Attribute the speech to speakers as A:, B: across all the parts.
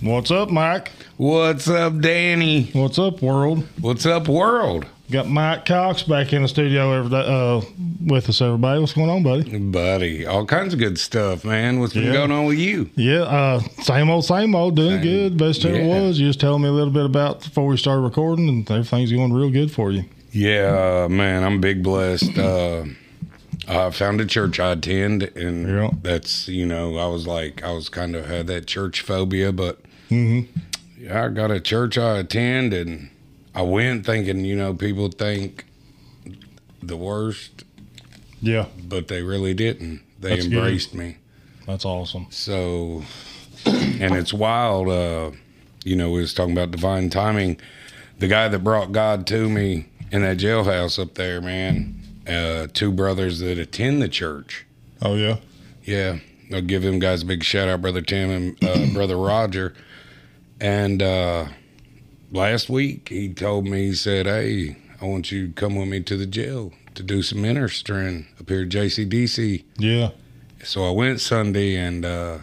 A: What's up, Mike?
B: What's up, Danny?
A: What's up, world?
B: What's up, world?
A: Got Mike Cox back in the studio every day, uh, with us, everybody. What's going on, buddy?
B: Buddy, all kinds of good stuff, man. What's been
A: Yeah.
B: going on with you?
A: Yeah, uh, same old, same old. Doing
B: Same.
A: good. Best ever
B: Yeah.
A: was. You was telling me a little bit about before we started recording, and everything's going real good for you.
B: Yeah, uh, man, I'm big blessed. Uh, I found a church I attend, and
A: Yeah.
B: that's, you know, I was like, I was kind of had that church phobia, but Mm-hmm. yeah, I got a church I attend, and I went thinking, you know, people think the worst,
A: Yeah,
B: but they really didn't. They
A: That's good.
B: embraced me.
A: that's awesome.
B: So, and it's wild. Uh, you know, we was talking about divine timing. The guy that brought God to me in that jailhouse up there, man. Uh, two brothers that attend the church.
A: Oh yeah,
B: Yeah, I'll give them guys a big shout out, brother Tim and uh, brother Roger. And uh, last week he told me he said, "Hey, I want you to come with me to the jail to do some ministering up here at JCDC."
A: yeah,
B: So I went Sunday and uh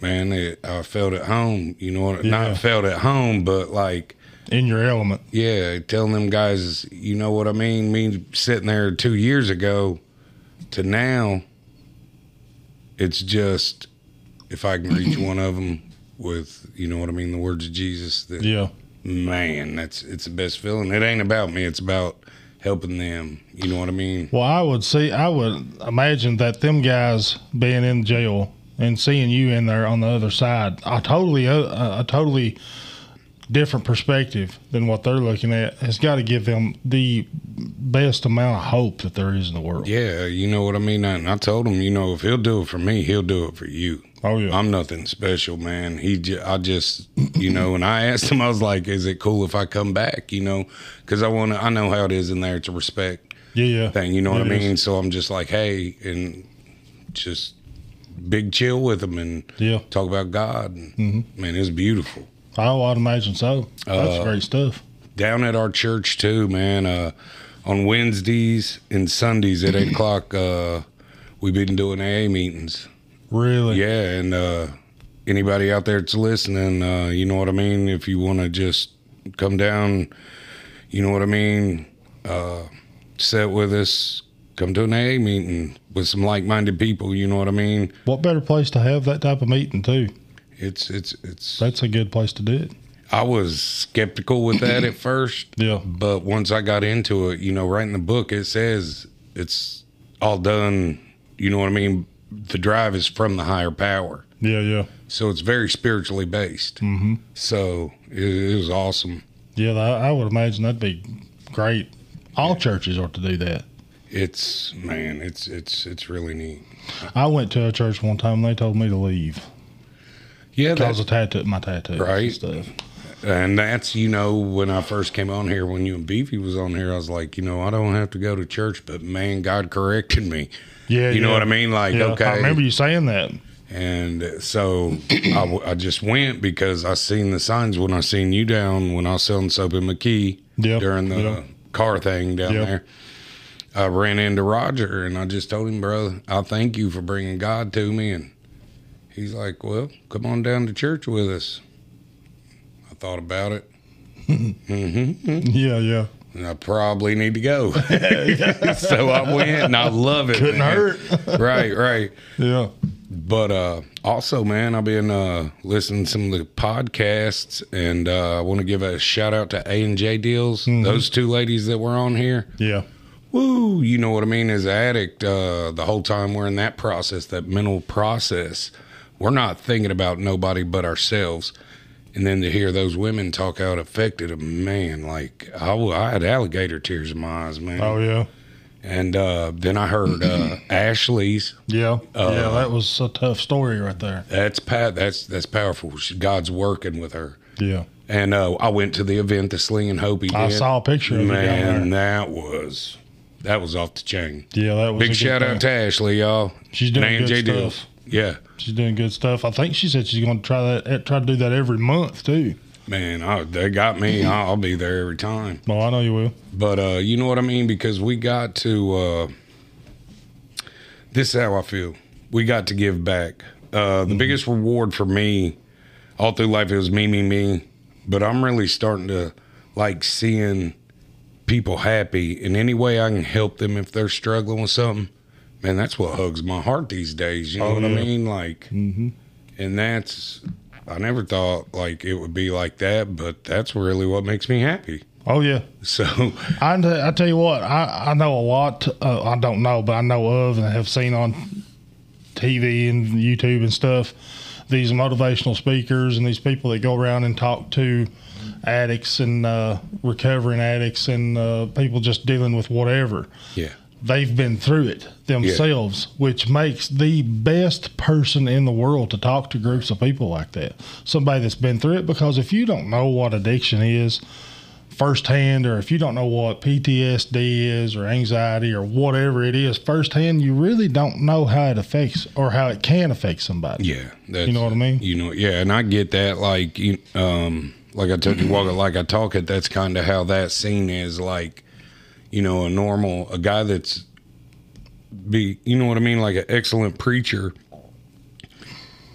B: man, it, I felt at home. You know what?
A: Yeah.
B: Not felt at home, but like
A: in your element.
B: yeah, telling them guys, you know what I mean. Me sitting there two years ago to now, it's just if I can reach one of them with you know what I mean, the words of Jesus. That,
A: Yeah,
B: Man, that's it's the best feeling. It ain't about me. It's about helping them. You know what I mean?
A: Well, I would see. I would imagine that them guys being in jail and seeing you in there on the other side, a totally, uh, a totally different perspective than what they're looking at, has got to give them the best amount of hope that there is in the world.
B: Yeah, you know what I mean. And I told him, you know, if he'll do it for me, he'll do it for you.
A: Oh yeah,
B: I'm nothing special, man. He, j- I just, you know, and I asked him, I was like, is it cool if I come back? You know, because I want to, I know how it is in there. It's a respect
A: yeah, yeah.
B: thing. You know what
A: It
B: I
A: is.
B: mean? So I'm just like, hey, and just big chill with him and
A: Yeah,
B: talk about God. And,
A: Mm-hmm.
B: Man, it's beautiful.
A: oh, I'd imagine so.
B: Uh,
A: That's great stuff.
B: down at our church too, man. Uh, on Wednesdays and Sundays at eight o'clock, uh, we've been doing AA meetings.
A: Really.
B: Yeah, and uh, anybody out there that's listening, uh, you know what I mean. If you want to just come down, you know what I mean. Uh, sit with us. Come to an AA meeting with some like-minded people. You know what I mean.
A: What better place to have that type of meeting too?
B: It's it's it's.
A: That's a good place to do it.
B: I was skeptical with that at first.
A: Yeah.
B: But once I got into it, you know, right in the book, it says it's all done. You know what I mean? The drive is from the higher power.
A: Yeah, yeah,
B: So it's very spiritually based. Mm-hmm. So it, it was awesome.
A: yeah. I, I would imagine that'd be great. All churches ought to do that.
B: It's man, it's it's it's really neat.
A: I went to a church one time and they told me to leave
B: Yeah,
A: because
B: that's,
A: of tattoo, my tattoos
B: Right.
A: and stuff.
B: and that's you know when I first came on here, when you and Beefy was on here, I was like, you know, I don't have to go to church, but man, God corrected me.
A: Yeah,
B: You know
A: yeah.
B: what I mean? Like,
A: Yeah,
B: okay,
A: I remember you saying that.
B: And so I, w- I just went because I seen the signs when I seen you down when I was selling soap in McKee
A: Yeah,
B: during the
A: yeah.
B: car thing down
A: Yeah.
B: there. I ran into Roger and I just told him, brother, I thank you for bringing God to me. And he's like, well, come on down to church with us. I thought about it
A: Yeah, yeah.
B: and I probably need to go. so I went and I love it.
A: Couldn't
B: man.
A: hurt.
B: right, right.
A: Yeah.
B: But uh, also, man, I've been uh, listening to some of the podcasts, and uh, I want to give a shout out to A and J Deals.
A: Mm-hmm.
B: Those two ladies that were on here,
A: Yeah.
B: woo, you know what I mean? As an addict, uh, the whole time we're in that process, that mental process, we're not thinking about nobody but ourselves. And then to hear those women talk how it affected them, man, like I, w- I had alligator tears in my eyes, man.
A: Oh, yeah.
B: And uh, then I heard uh, Ashley's.
A: Yeah. yeah, that was a tough story right there.
B: That's pa- that's that's powerful. She- God's working with her.
A: Yeah.
B: And uh, I went to the event, the Sling and Hope event.
A: I saw a picture of you down
B: Man,
A: there.
B: that was that was off the chain.
A: Yeah, that was a
B: Big
A: good
B: shout
A: thing.
B: out to Ashley, y'all.
A: She's doing
B: And
A: good
B: AJ
A: stuff.
B: Dills. Yeah,
A: She's doing good stuff. I think she said she's going to try that, try to do that every month too.
B: man, I, they got me. I'll I'll be there every time.
A: Well, I know you will.
B: But uh, you know what I mean? Because we got to. Uh,
A: Mm-hmm.
B: this is how I feel. We got to give back. Uh, the biggest reward for me all through life it was me, me, me. But I'm really starting to like seeing people happy in any way I can help them if they're struggling with something. Man, that's what hugs my heart these days. You know
A: Oh,
B: what I
A: yeah. Mm-hmm.
B: mean? Like, and that's I never thought like it would be like that, but that's really what makes me happy.
A: Oh yeah.
B: So
A: I, t- I tell you what, I, I know a lot. Uh, I don't know, but I know of and have seen on TV and YouTube and stuff these motivational speakers and these people that go around and talk to addicts and uh, recovering addicts and uh, people just dealing with whatever.
B: yeah,
A: They've been through it themselves, which makes the best person in the world to talk to groups of people like that. Somebody that's been through it, because if you don't know what addiction is, firsthand or if you don't know what PTSD is or anxiety or whatever it is firsthand, you really don't know how it affects or how it can affect somebody.
B: yeah. That's,
A: You know what I mean?
B: You know, yeah, and I get that. Like, you, um, like I told you, walk it like I talk it. That's kind of how that scene is. Like, you know, a normal a guy that's be, you know what I mean, like an excellent preacher,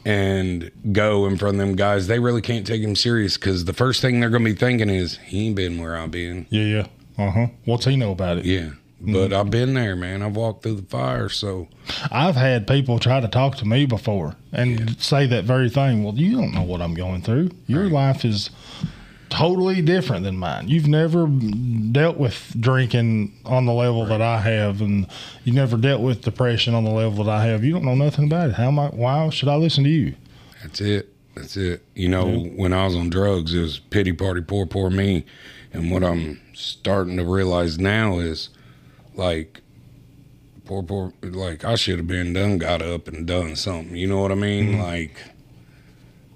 B: and go in front of them guys. They really can't take him serious because the first thing they're gonna be thinking is he ain't been where I've been.
A: Yeah, yeah. Uh huh. What's he know about it?
B: Yeah, but
A: Mm-hmm.
B: I've been there, man. I've walked through the fire, so
A: I've had people try to talk to me before and say that very thing. Well, you don't know what I'm going through. Your life is totally different than mine. You've never dealt with drinking on the level that I have, and you never dealt with depression on the level that I have. You don't know nothing about it. How am I? Why should I listen to you?
B: That's it. That's it. You know, when I was on drugs, it was pity party, poor, poor me. And what I'm starting to realize now is like, poor, poor, like I should have been done, got up and done something. You know what I mean? Like,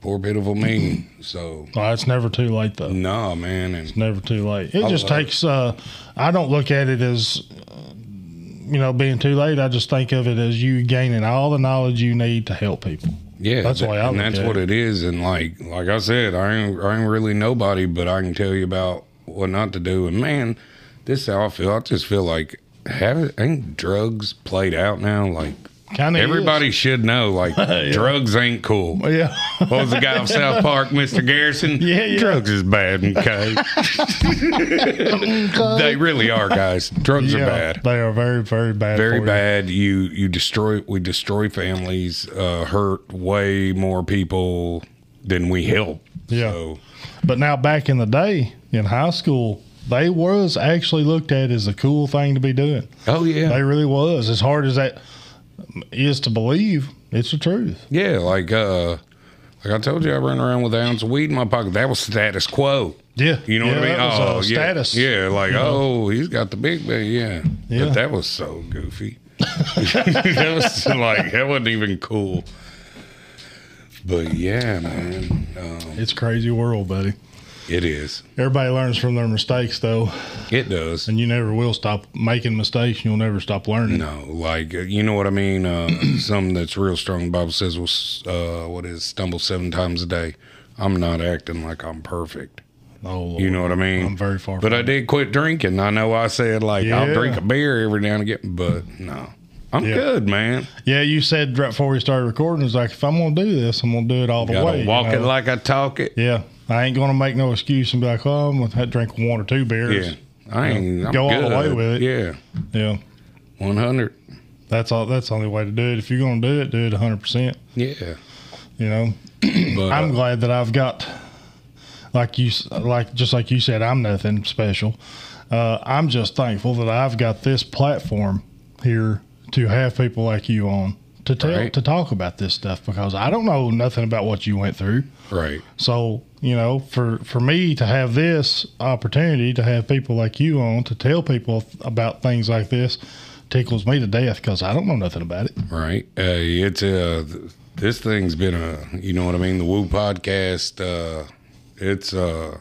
B: poor, pitiful me. So,
A: Well, it's never too late though.
B: nah, man. And
A: never too late. It
B: I
A: just
B: love it.
A: takes. Uh, I don't look at it as uh, you know being too late. I just think of it as you gaining all the knowledge you need to help people.
B: yeah,
A: That's
B: tha-
A: why I
B: And
A: look
B: that's
A: at
B: what it is. And like, like I said, I ain't, I ain't really nobody, but I can tell you about what not to do. And man, this is how I feel. I just feel like, have ain't drugs played out now? Like,
A: Kind of
B: Everybody should know, like, drugs ain't cool. What
A: Yeah.
B: was the guy from South Park, Mr. Garrison?
A: Yeah, yeah.
B: Drugs is bad, okay? they really are, guys. Drugs
A: yeah,
B: are bad.
A: They are very, very bad.
B: Very
A: for you.
B: bad. You you destroy we destroy families, uh, hurt way more people than we help.
A: Yeah.
B: So,
A: But now, back in the day in high school, they was actually looked at as a cool thing to be doing.
B: oh yeah.
A: They really was. As hard as that is to believe, it's the truth.
B: yeah, like uh like I told you I ran around with an ounce of weed in my pocket. That was status quo.
A: Yeah.
B: You know
A: yeah,
B: what I mean?
A: that was,
B: oh,
A: uh,
B: yeah.
A: status.
B: Yeah, like
A: you know?
B: oh, he's got the big bang. Yeah.
A: Yeah.
B: but that was so goofy. that was like that wasn't even cool. But yeah, man, um,
A: It's a crazy world, buddy.
B: it is.
A: Everybody learns from their mistakes, though,
B: It does.
A: and you never will stop making mistakes. You'll never stop learning.
B: No, like uh, you know what I mean. Uh, something that's real strong. The Bible says, "Well, s- uh, what is stumble seven times a day." I'm not acting like I'm perfect.
A: Oh, Lord.
B: You know what I mean?
A: I'm very far.
B: But
A: from
B: I did quit drinking. I know I said like I'll
A: Yeah.
B: drink a beer every now and again, but no, I'm
A: Yeah.
B: good, man.
A: it. yeah, you said right before we started recording, it's like if I'm gonna do this, I'm gonna do it all the
B: Gotta
A: way. you
B: walk
A: know?
B: it like I talk it.
A: Yeah, I ain't gonna make no excuse and be like, "Oh, I'm gonna drink one or two
B: Yeah,
A: beers."
B: I ain't I'm
A: Go all the
B: good.
A: way with it.
B: Yeah,
A: Yeah,
B: one hundred.
A: that's all. That's the only way to do it. If you're gonna do it, do it 100. percent
B: Yeah,
A: You know,
B: but
A: I'm
B: uh,
A: glad that I've got, like you, s- like just like you said, I'm nothing special. Uh, I'm just thankful that I've got this platform here to have people like you on to tell
B: Right.
A: to talk about this stuff because I don't know nothing about what you went through.
B: right.
A: So you know, for for me to have this opportunity to have people like you on to tell people th- about things like this tickles me to death because I don't know nothing about it.
B: Right. Uh, it's uh, th- this thing's been a you know what I mean. The Woo podcast. Uh, it's uh,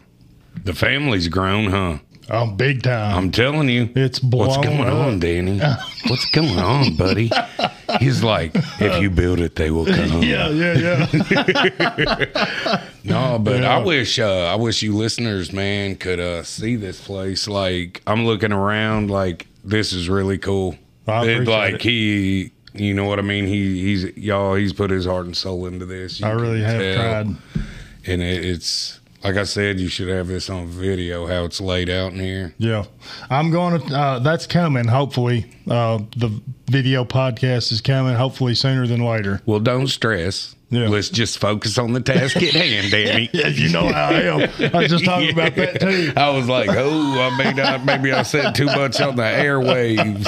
B: the family's grown, huh?
A: I'm big time.
B: I'm telling you.
A: it's blown
B: What's going
A: up.
B: on, Danny? What's going on, buddy? He's like, if you build it, they will come.
A: Yeah, yeah, yeah.
B: No, Oh, but
A: Yeah.
B: I wish uh, I wish you listeners, man, could uh, see this place. Like I'm looking around, like this is really cool.
A: I
B: It-
A: appreciate
B: like
A: it.
B: he, you know what I mean. He, he's y'all. He's put his heart and soul into this. You
A: I really
B: can
A: have
B: tell.
A: tried.
B: and it, it's like I said, you should have this on video how it's laid out in here.
A: Yeah, I'm going to. Uh, that's coming. Hopefully, uh, the video podcast is coming. Hopefully sooner than later.
B: Well, don't stress.
A: Yeah.
B: Let's just focus on the task at hand, Danny.
A: Yeah, you know how I am. I was just talking about that too.
B: I was like, oh, I may not, maybe I said too much on the airwaves.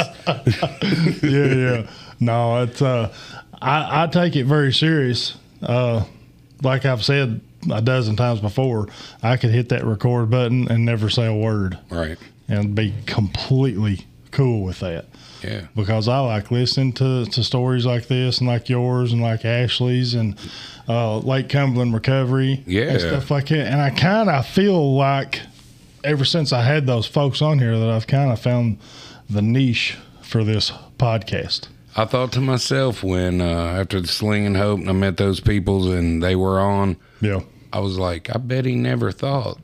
A: yeah, yeah. No, it's uh, I, I take it very serious. Uh, like I've said a dozen times before, I could hit that record button and never say a word
B: Right.
A: and be completely cool with that
B: Yeah.
A: because I like listening to, to stories like this and like yours and like Ashley's and uh, Lake Cumberland recovery
B: Yeah.
A: and stuff like that. And I kind of feel like ever since I had those folks on here that I've kind of found the niche for this podcast.
B: I thought to myself when, uh, after the Sling and Hope, and I met those peoples and they were on,
A: Yeah.
B: I was like, I bet he never thought.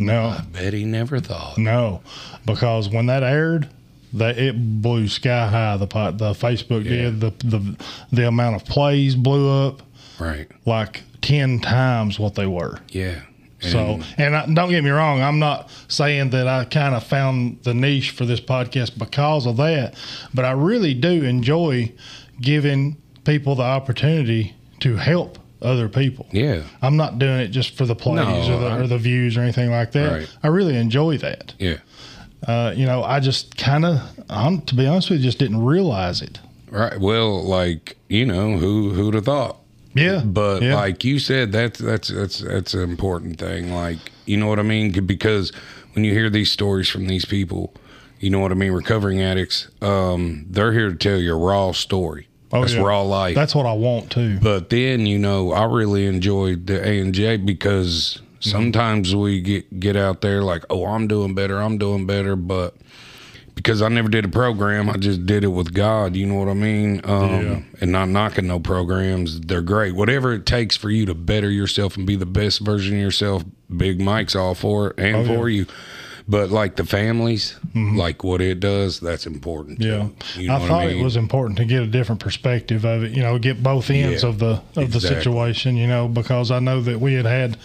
A: No,
B: Bet he never thought.
A: no, because when that aired, that it blew sky high. The pot, the Facebook
B: Yeah.
A: did the the the amount of plays blew up
B: Right.
A: like ten times what they were.
B: Yeah. And
A: So, and I, don't get me wrong, I'm not saying that I kind of found the niche for this podcast because of that, but I really do enjoy giving people the opportunity to help other people.
B: Yeah.
A: I'm not doing it just for the plays
B: No,
A: or, the,
B: I-
A: or the views or anything like that.
B: Right.
A: I really enjoy that.
B: Yeah.
A: Uh, you know, I just kind of, I'm to be honest with you, just didn't realize it.
B: Right. Well, like, you know, who, who'd have thought?
A: Yeah,
B: But
A: yeah.
B: like you said, that's that's that's that's an important thing. Like you know what I mean? C- Because when you hear these stories from these people, you know what I mean. Recovering addicts, um, they're here to tell your raw story.
A: Oh,
B: that's
A: yeah.
B: raw life.
A: that's what I want to.
B: but then you know, I really enjoyed the A and J because
A: Mm-hmm.
B: sometimes we get get out there like, oh, I'm doing better, I'm doing better, but because I never did a program. I just did it with God. You know what I mean? Um,
A: Yeah.
B: And not knocking no programs. They're great. Whatever it takes for you to better yourself and be the best version of yourself, Big Mike's all for it and
A: Oh,
B: for you. But like the families, like what it does, that's important. too.
A: Mm-hmm. Yeah,
B: You know
A: I
B: what
A: thought
B: I mean?
A: it was important to get a different perspective of it. You know, get both ends
B: Yeah,
A: of the of the
B: exactly.
A: situation. You know, because I know that we had had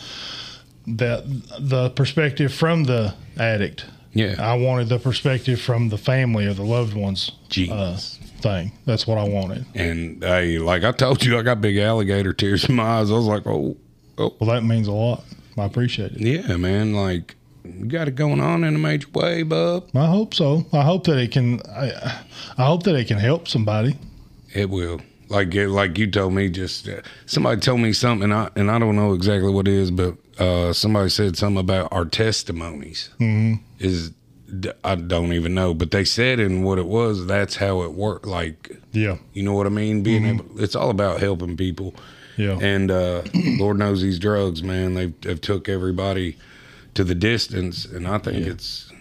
A: that the perspective from the addict.
B: yeah.
A: I wanted the perspective from the family or the loved ones uh,
B: Jeez.
A: thing. That's what I wanted.
B: and hey, like I told you, I got big alligator tears in my eyes. I was like, oh, oh,
A: Well, that means a lot. I appreciate it.
B: yeah, man. Like, you got it going on in a major way, bub.
A: I hope so. I hope that it can. I, I hope that it can help somebody.
B: It will. Like it, like you told me, just uh, somebody told me something, and I and I don't know exactly what it is, but uh, somebody said something about our testimonies. Mm-hmm. Is d- I don't even know, but they said and what it was. That's how it worked. Like
A: Yeah,
B: you know what I mean. Being able, it's all about helping people,
A: yeah,
B: and uh, Lord knows these drugs, man. They've, they've took everybody to the distance, and I think it's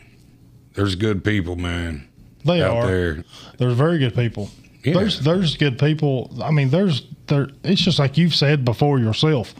B: there's good people, man,
A: they
B: out
A: are.
B: there.
A: There's very good people.
B: Yeah.
A: There's there's good people. I mean, there's there. It's just like you've said before yourself,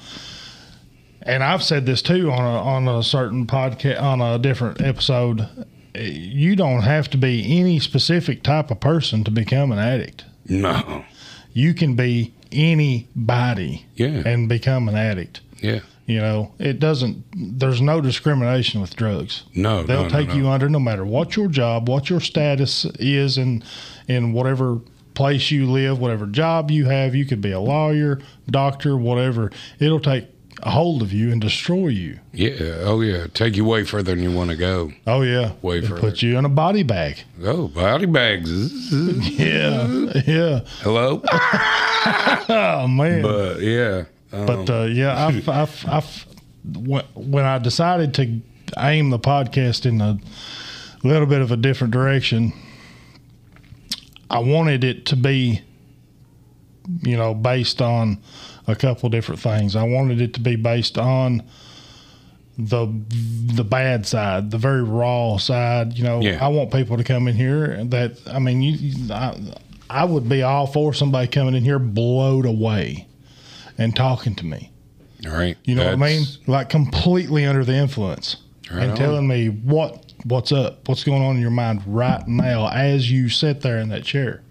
A: and I've said this too on a on a certain podcast on a different episode. You don't have to be any specific type of person to become an addict.
B: No,
A: You can be anybody
B: yeah,
A: and become an addict.
B: yeah.
A: You know, it doesn't. There's no discrimination with drugs.
B: No,
A: They'll
B: no, no,
A: take
B: no.
A: you under no matter what your job, what your status is in in whatever place you live, whatever job you have, you could be a lawyer, doctor, whatever. It'll take a hold of you and destroy you.
B: Yeah. Oh, yeah. Take you way further than you want to go.
A: Oh yeah.
B: Way
A: It'll
B: further.
A: Put you in a body bag.
B: Oh, body bags. Zzz, zzz.
A: Yeah. Yeah.
B: Hello.
A: Oh man. But,
B: But yeah. Um,
A: uh, yeah, I've, I've, I've, when when I decided to aim the podcast in a little bit of a different direction, I wanted it to be, you know, based on a couple different things. I wanted it to be based on the the bad side, the very raw side. You know,
B: Yeah.
A: I want people to come in here that I mean, you, you- I, I would be all for somebody coming in here blowed away and talking to me.
B: all right.
A: You know what I mean?
B: That's-
A: Like completely under the influence
B: Right
A: and
B: on.
A: telling me what what's up, what's going on in your mind right now as you sit there in that chair.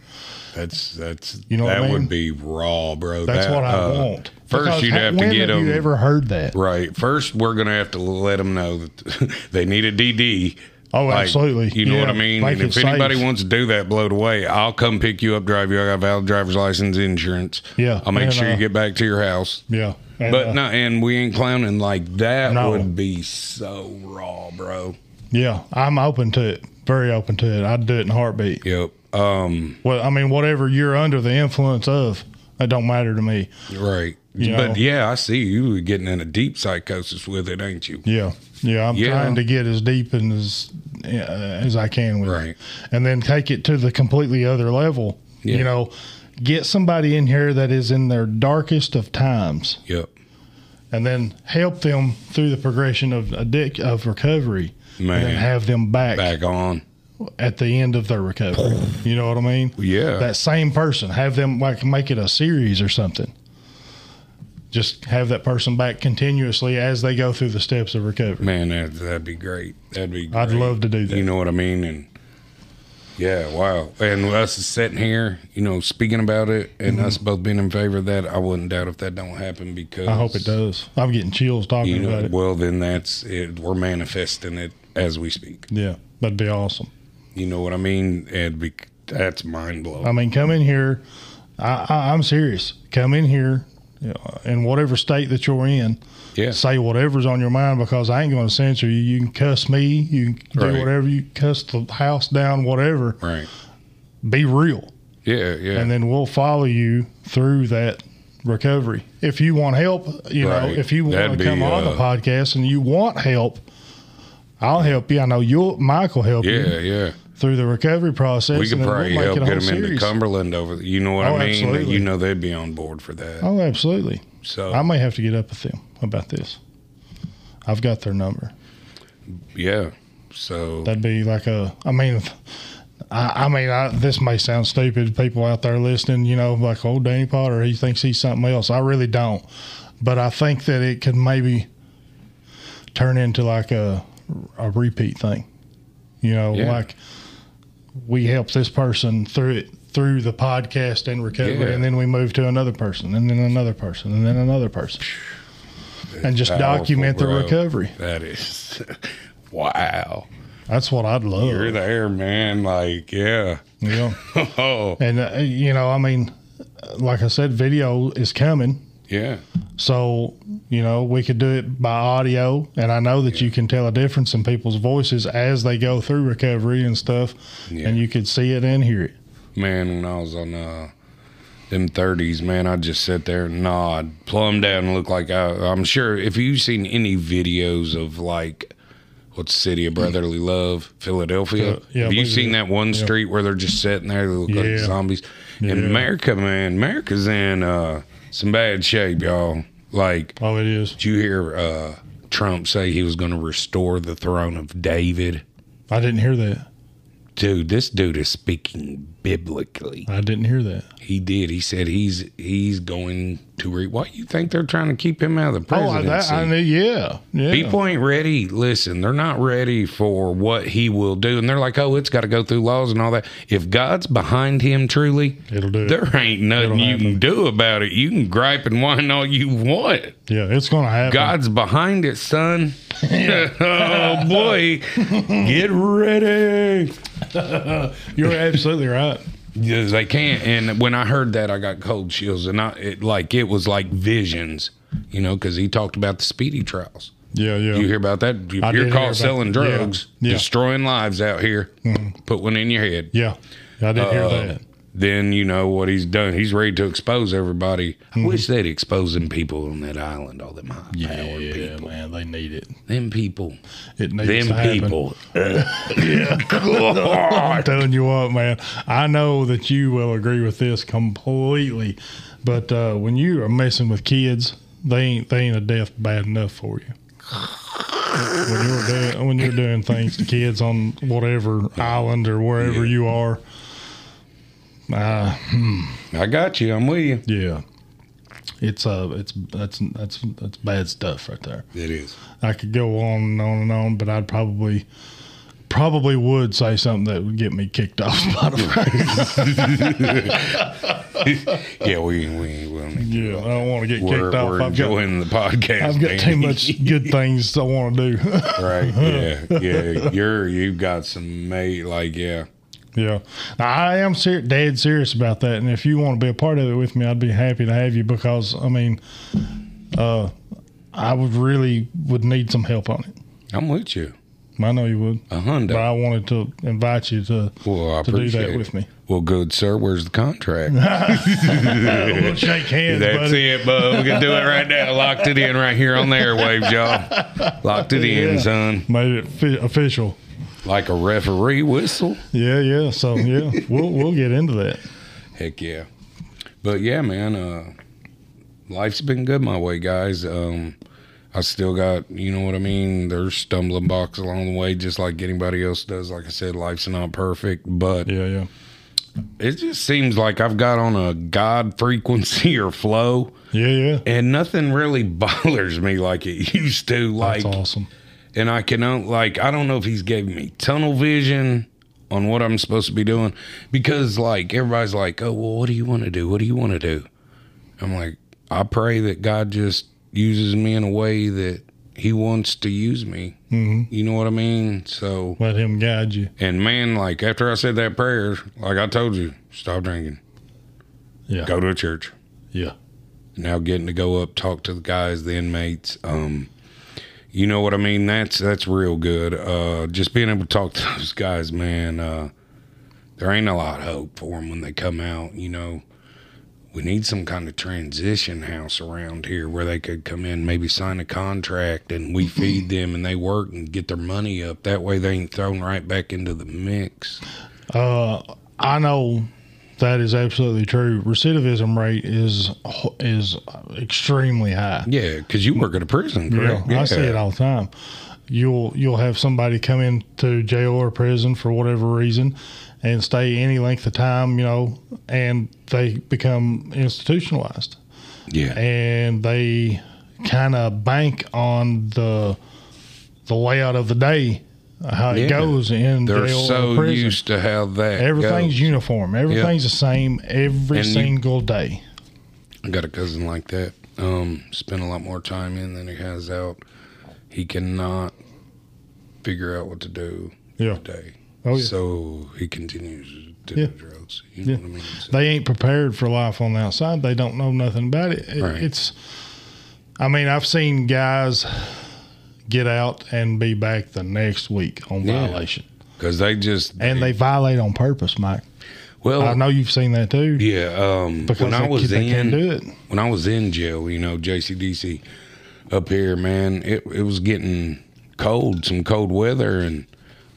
B: That's that's
A: You know what I
B: that
A: mean?
B: would be raw, bro.
A: That's
B: That,
A: what I
B: uh,
A: want.
B: First,
A: Because
B: you'd
A: ha-
B: have
A: when
B: to get
A: have
B: them
A: You ever heard that?
B: right. First, we're gonna have to let them know that they need a DD.
A: Oh, absolutely.
B: You know
A: Yeah,
B: what I mean?
A: make
B: And if
A: it
B: anybody
A: safe.
B: wants to do that, blow it away. I'll come pick you up, drive you. I got a valid driver's license, insurance.
A: Yeah,
B: I'll make
A: and,
B: sure
A: uh,
B: you get back to your house.
A: Yeah. And,
B: But
A: uh,
B: no, and we ain't clowning like that
A: No.
B: would be so raw, bro.
A: yeah, I'm open to it. Very open to it. I'd do it in a heartbeat.
B: Yep. Um.
A: Well, I mean, whatever you're under the influence of, it don't matter to me.
B: Right.
A: You
B: but
A: know?
B: yeah, I see you were getting in a deep psychosis with it, ain't you?
A: Yeah, yeah. I'm
B: Yeah.
A: trying to get as deep and as uh, as I can with
B: Right.
A: it, and then take it to the completely other level.
B: Yeah.
A: You know, get somebody in here that is in their darkest of times,
B: Yep.
A: and then help them through the progression of addic- of recovery, and
B: Man.
A: then have them back,
B: Back on.
A: at the end of their recovery. you know what I mean?
B: Yeah.
A: That same person, have them like make it a series or something. Just have that person back continuously as they go through the steps of recovery.
B: Man, that, that'd be great. That'd be great.
A: I'd love to do that.
B: You know what I mean? And yeah, wow. And us sitting here, you know, speaking about it and
A: Mm-hmm.
B: us both being in favor of that, I wouldn't doubt if that don't happen because
A: I hope it does. I'm getting chills talking
B: You know,
A: about it.
B: well, then that's it. We're manifesting it as we speak.
A: Yeah, that'd be awesome.
B: You know what I mean? And be, that's mind blowing.
A: I mean, come in here. I, I, I'm serious. Come in here you know, in whatever state that you're in.
B: yeah.
A: Say whatever's on your mind because I ain't going to censor you. You can cuss me. You can do
B: Right.
A: whatever. You cuss the house down, whatever.
B: Right.
A: Be real.
B: Yeah. Yeah.
A: And then we'll follow you through that recovery. If you want help, you know,
B: Right.
A: if you want
B: That'd
A: to
B: be,
A: come on the
B: uh,
A: podcast and you want help, I'll help you. I know you'll, Mike will help you.
B: yeah. Yeah.
A: through the recovery process.
B: We could
A: and then
B: probably
A: we'll make
B: help
A: it a
B: get them
A: whole
B: into
A: series.
B: Cumberland over. The, you know what
A: Oh,
B: I mean?
A: absolutely.
B: You know they'd be on board for that.
A: Oh, absolutely.
B: So
A: I may have to get up with them about this. I've got their number.
B: yeah. So
A: That'd be like a. I mean, I, I mean, I, this may sound stupid. People out there listening, you know, like old Danny Potter, he thinks he's something else. I really don't, but I think that it could maybe turn into like a a repeat thing. You know,
B: Yeah.
A: like we help this person through it through the podcast and recovery,
B: Yeah.
A: and then we move to another person, and then another person, and then another person, and just
B: powerful,
A: document the
B: bro.
A: recovery.
B: That is, wow.
A: That's what I'd love.
B: You're there, man. Like yeah.
A: Yeah.
B: oh
A: And uh, you know, I mean, like I said, video is coming,
B: yeah.
A: so you know we could do it by audio. And I know that you can tell a difference in people's voices as they go through recovery and stuff,
B: Yeah.
A: and you could see it and hear it.
B: man, when I was on uh, them thirties, man, I just sit there and nod, plumb down, and look like I, I'm sure if you've seen any videos of like what's the city of brotherly love, Philadelphia,
A: Phil- yeah, I
B: have you
A: believe it
B: seen
A: is.
B: that one street where they're just sitting there, they look like
A: Yeah.
B: zombies? And
A: Yeah.
B: America, man, America's in uh, some bad shape, y'all. Like
A: Oh, it is.
B: did you hear uh, Trump say he was going to restore the throne of David?
A: I didn't hear that.
B: Dude, this dude is speaking biblically.
A: I didn't hear that.
B: He did. He said he's he's going to re. Why you think they're trying to keep him out of the
A: Oh, I,
B: presidency?
A: that, I knew. Yeah, yeah.
B: People ain't ready. Listen, they're not ready for what he will do, and they're like, "Oh, it's got to go through laws and all that." If God's behind him truly,
A: It'll do it.
B: there ain't nothing
A: It'll
B: you can do about it. You can gripe and whine all you want.
A: yeah, it's gonna happen.
B: God's behind it, son. oh boy, get ready.
A: You're absolutely right.
B: Yes, they can't. And when I heard that, I got cold chills, and I it, like it was like visions, you know, because he talked about the speedy trials.
A: Yeah, yeah.
B: You hear about that? If
A: I did
B: you're
A: hear
B: caught
A: about-
B: selling
A: yeah,
B: drugs,
A: yeah. Mm-hmm.
B: destroying lives out here, put one in your head.
A: yeah, I did hear
B: Uh,
A: that.
B: Then you know what he's done. He's ready to expose everybody.
A: Mm-hmm.
B: I wish they'd expose them people on that island, all them high powered people.
A: man, they need it.
B: Them people.
A: It needs to
B: Them
A: happen.
B: people. yeah.
A: I'm telling you what, man. I know that you will agree with this completely, but uh, when you are messing with kids, they ain't they ain't a death bad enough for you. When you're doing when you're doing things to kids on whatever island or wherever you are, uh,
B: I got you. I'm with you.
A: yeah, it's uh, it's that's that's that's bad stuff right there.
B: It is.
A: I could go on and on and on, but I'd probably probably would say something that would get me kicked off Spotify.
B: Yeah, we we will.
A: yeah, I don't want to get
B: We're,
A: kicked off.
B: we're
A: I've got,
B: enjoying the podcast.
A: I've got too
B: man.
A: much good things I want to do.
B: right? Yeah,
A: Mm-hmm.
B: yeah. You're you've got some mate. Like yeah,
A: Yeah, now, I am ser- dead serious about that, and if you want to be a part of it with me, I'd be happy to have you because I mean, uh, I would really would need some help on it.
B: I'm with you.
A: I know you would,
B: A
A: but
B: Honda.
A: I wanted to invite you to
B: Well, I
A: to do
B: appreciate
A: that
B: it.
A: with me.
B: Well, good sir. Where's the contract?
A: We'll shake hands,
B: That's
A: buddy.
B: it, bud. We can do it right now. Locked it in right here on the airwaves, y'all. Locked it in,
A: Yeah.
B: son.
A: Made it fi- official.
B: Like a referee whistle.
A: Yeah, yeah. So yeah, we'll we'll get into that.
B: Heck yeah. But yeah, man, uh life's been good my way, guys. Um I still got, you know what I mean? There's stumbling blocks along the way, just like anybody else does. Like I said, life's not perfect, but
A: Yeah, yeah,
B: it just seems like I've got on a God frequency or flow,
A: yeah, yeah.
B: and nothing really bothers me like it used to. Like,
A: That's awesome.
B: and I can uh, like I don't know if he's giving me tunnel vision on what I'm supposed to be doing because like everybody's like, "Oh, well, what do you want to do? What do you want to do?" I'm like, I pray that God just uses me in a way that He wants to use me. Mm-hmm. You know what I mean? So,
A: Let him guide you.
B: and man, like after I said that prayer, like I told you, stop drinking,
A: Yeah,
B: go to a church.
A: yeah,
B: now getting to go up talk to the guys the inmates um you know what i mean that's that's real good uh just being able to talk to those guys man uh there ain't a lot of hope for them when they come out you know we need some kind of transition house around here where they could come in maybe sign a contract and we feed them and they work and get their money up that way they ain't thrown right back into the mix
A: Uh, I know that is absolutely true. Recidivism rate is is extremely high.
B: yeah because you work at a prison correct?
A: I see it
B: Yeah.
A: all the time. You'll you'll have somebody come into jail or prison for whatever reason, and stay any length of time, you know, and they become institutionalized,
B: yeah
A: and they kind of bank on the the layout of the day, how
B: Yeah.
A: it goes in
B: they're
A: jail or
B: so
A: prison.
B: used to how that
A: Everything's
B: goes.
A: uniform. Everything's the same every
B: And you-
A: single day.
B: I got a cousin like that. Um, spent a lot more time in than he has out. He cannot figure out what to do
A: Yeah.
B: today.
A: Oh, yeah.
B: So he continues to
A: Yeah.
B: do drugs. You know
A: Yeah.
B: what I mean? So-
A: They ain't prepared for life on the outside. They don't know nothing about it. It-
B: Right.
A: It's, I mean, I've seen guys get out and be back the next week on
B: Yeah.
A: violation,
B: Cause they just
A: and they violate on purpose, Mike.
B: well
A: I know you've seen that too.
B: Oh. yeah um
A: Because
B: when I
A: they,
B: was
A: they
B: in
A: can't do it.
B: when I was in jail you know JCDC up here man it it was getting cold some cold weather and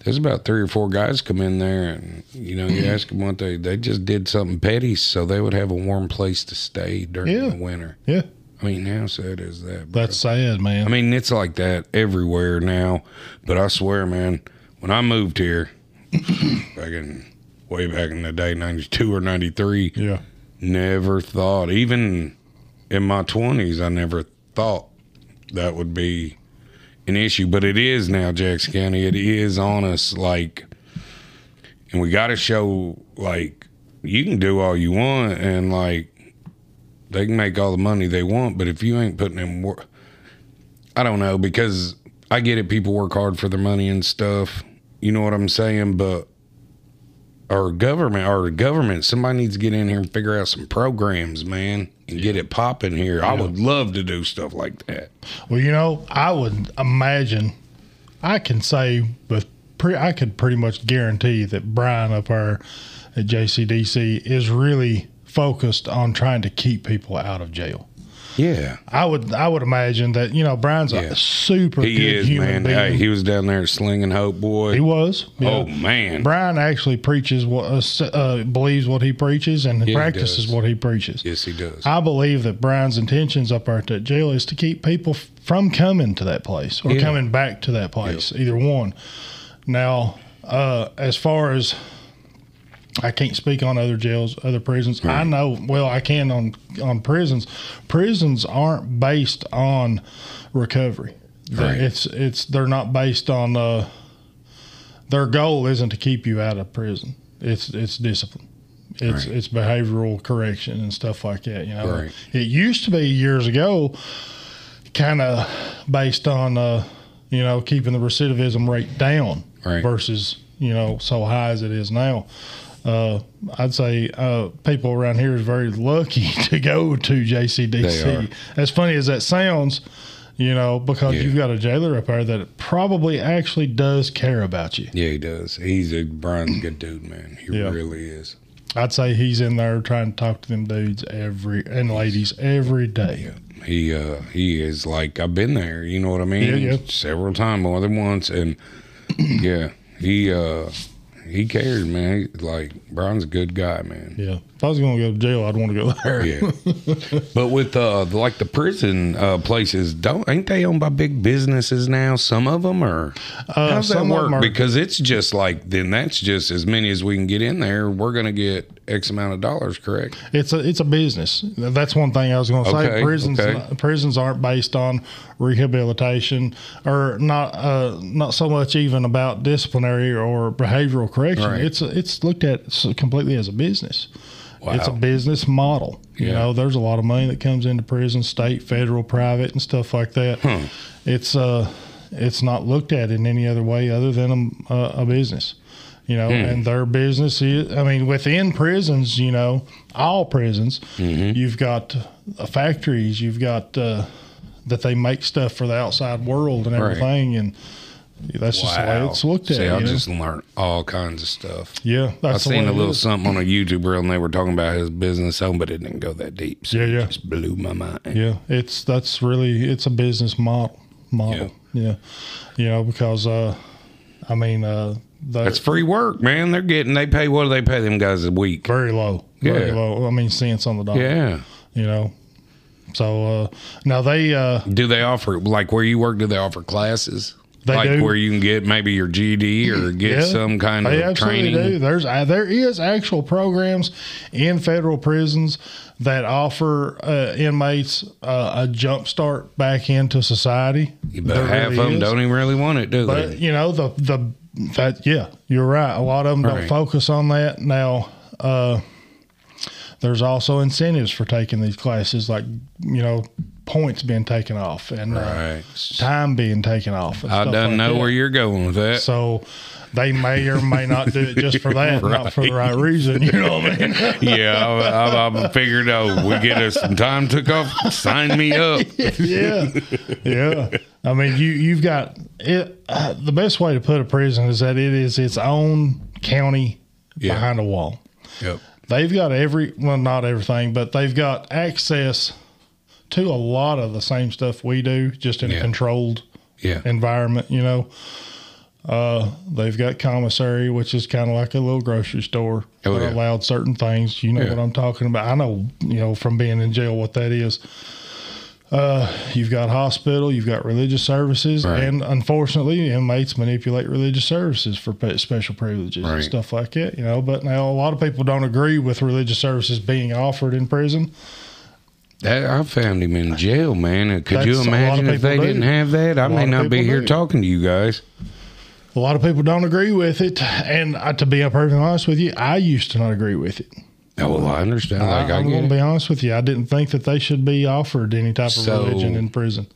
B: there's about three or four guys come in there and you know you ask them what they they just did something petty so they would have a warm place to stay during
A: Yeah.
B: the winter
A: Yeah,
B: i mean how sad is that bro?
A: that's sad, man.
B: i mean it's like that everywhere now but i swear man when i moved here back in way back in the day 92 or 93
A: yeah,
B: never thought even in my 20s i never thought that would be an issue but it is now jackson county it is on us like and we got to show like you can do all you want and like they can make all the money they want but if you ain't putting in work i don't know because i get it people work hard for their money and stuff you know what i'm saying but our government our government somebody needs to get in here and figure out some programs man and get it popping here i would love to do stuff like that
A: Well, you know, I would imagine I can say with pre, I could pretty much guarantee that Brian up there at JCDC is really focused on trying to keep people out of jail.
B: yeah
A: I would I would imagine that you know Brian's
B: Yeah.
A: a super
B: he
A: good
B: is
A: human
B: man hey
A: being.
B: he was down there slinging hope boy
A: he was. yeah.
B: oh man
A: Brian actually preaches what uh, s- uh, believes what he preaches and
B: he
A: practices
B: does.
A: what he preaches.
B: yes he does
A: I believe that Brian's intentions up there at that jail is to keep people f- from coming to that place or
B: Yeah.
A: coming back to that place, either one. Now, uh, as far as I can't speak on other jails, other prisons. I know, well, I can on on prisons. Prisons aren't based on recovery. They're-
B: Right.
A: It's it's they're not based on uh, their goal isn't to keep you out of prison. It's it's discipline. It's
B: Right.
A: it's behavioral correction and stuff like that. You know,
B: Right.
A: it used to be years ago, kind of based on uh, you know keeping the recidivism rate down
B: Right.
A: versus you know so high as it is now. Uh, I'd say uh, people around here is very lucky to go to
B: They are.
A: JCDC. As funny as that sounds, you know, because
B: Yeah.
A: you've got a jailer up there that probably actually does care about you.
B: Yeah, he does. He's a Brian's a good dude, man. He
A: Yeah.
B: really is.
A: I'd say he's in there trying to talk to them dudes every and ladies every day.
B: He uh he is like I've been there, you know what I mean?
A: Yeah, yeah.
B: Several times, more than once and yeah, he uh he cares, man. He, like Brian's a good guy, man.
A: Yeah. If I was gonna go to jail, I'd want to go there.
B: Yeah. but with uh like the prison uh places, don't ain't they owned by big businesses now? Some of them are
A: Uh,
B: How's that
A: some of
B: work?
A: 'em are-
B: because it's just like then that's just as many as we can get in there. We're gonna get X amount of dollars, correct?
A: It's a it's a business. That's one thing I was going to say.
B: Okay,
A: prisons uh,
B: okay.
A: prisons aren't based on rehabilitation or not uh, not so much even about disciplinary or behavioral correction.
B: Right.
A: It's a, it's looked at s- completely as a business.
B: Wow.
A: It's a business model. You
B: Yeah.
A: know, there's a lot of money that comes into prison, state, federal, private, and stuff like that.
B: Hmm.
A: It's uh, it's not looked at in any other way other than um, a, a business. You
B: Hmm.
A: know, and their business is, I mean, within prisons, you know, all prisons,
B: Mm-hmm.
A: you've got uh, factories, you've got uh, that they make stuff for the outside world and
B: Right.
A: everything. And that's just the way it's looked at.
B: See, I
A: you know?
B: just learned all kinds of stuff.
A: yeah. That's
B: I
A: the way
B: seen a
A: it
B: little
A: is.
B: something on a YouTube reel, and they were talking about his business home, but it didn't go that deep. So
A: Yeah, yeah.
B: It just blew my mind.
A: Yeah, it's that's really it's a business model model. Yeah, you know because uh, I mean uh, they're
B: That's free work, man. They're getting they pay what do they pay them guys a week?
A: very low, very
B: Yeah.
A: low. I mean cents on the dollar.
B: Yeah.
A: you know. So uh, now they uh,
B: Do they offer like where you work? Do they offer classes?
A: They
B: like
A: do. Mm,
B: where you can get maybe your GD or get
A: Yeah,
B: some kind
A: they
B: of
A: absolutely
B: training.
A: do. There's uh, there is actual programs in federal prisons that offer uh, inmates uh, a jump start back into society.
B: But
A: There
B: half
A: really
B: of them
A: is.
B: don't even really want it, do
A: But
B: they?
A: you know the the that yeah, you're right. A lot of them
B: Right.
A: don't focus on that now. Uh, there's also incentives for taking these classes, like you know points being taken off and
B: All
A: uh,
B: right.
A: time being taken off. and
B: I
A: stuff
B: don't
A: like
B: know
A: that.
B: where you're going with that.
A: So they may or may not do it just for that, not for the right reason. You know what I mean?
B: yeah, I, I, I figured. Oh, we get us some time took off. Sign me up.
A: yeah, yeah. I mean, you you've got it. Uh, the best way to put a prison is that it is its own county
B: Yeah.
A: behind a wall.
B: Yep.
A: they've got every well not everything but they've got access to a lot of the same stuff we do just in
B: Yeah.
A: a controlled
B: Yeah.
A: environment you know uh, they've got commissary which is kind of like a little grocery store
B: Oh,
A: that
B: yeah.
A: allowed certain things you know
B: Yeah.
A: what i'm talking about i know you know from being in jail what that is uh, you've got hospital you've got religious services
B: Right.
A: and unfortunately inmates manipulate religious services for pe- special privileges
B: Right.
A: and stuff like that, you know. But now a lot of people don't agree with religious services being offered in prison.
B: That, I found him in jail, man. And Could you
A: That's a lot of
B: imagine if
A: people
B: they
A: do.
B: didn't have that? I
A: A
B: may
A: lot of
B: not be
A: people
B: here
A: do.
B: talking to you guys.
A: A lot of people don't agree with it, and I, to be perfectly honest with you, I used to not agree with it.
B: Oh, well, I understand. Like I,
A: I, am
B: get
A: going
B: it.
A: to be honest with you. I didn't think that they should be offered any type of
B: So-
A: religion in prison.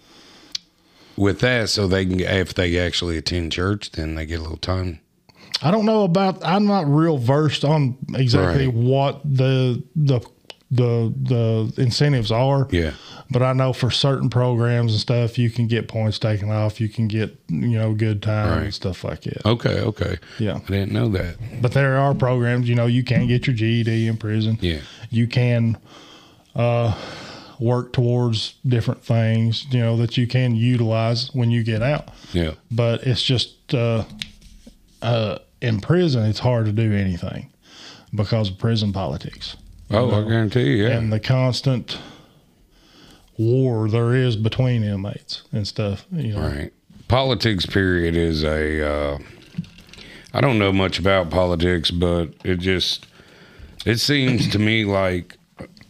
B: with that, so they can if they actually attend church, then they get a little time.
A: I don't know about. I'm not real versed on exactly
B: Right.
A: what the the the the incentives are.
B: Yeah,
A: But I know for certain programs and stuff, you can get points taken off. You can get you know good time
B: Right.
A: and stuff like that.
B: okay, okay.
A: Yeah.
B: I didn't know that.
A: But there are programs, you know, you can get your GED in prison.
B: Yeah.
A: You can uh, work towards different things, you know, that you can utilize when you get out.
B: Yeah,
A: But it's just uh, uh, in prison, it's hard to do anything because of prison politics
B: oh, I guarantee you, yeah,
A: and the constant war there is between inmates and stuff, you know.
B: right. Politics period is a. Uh, I don't know much about politics, but it just it seems to me like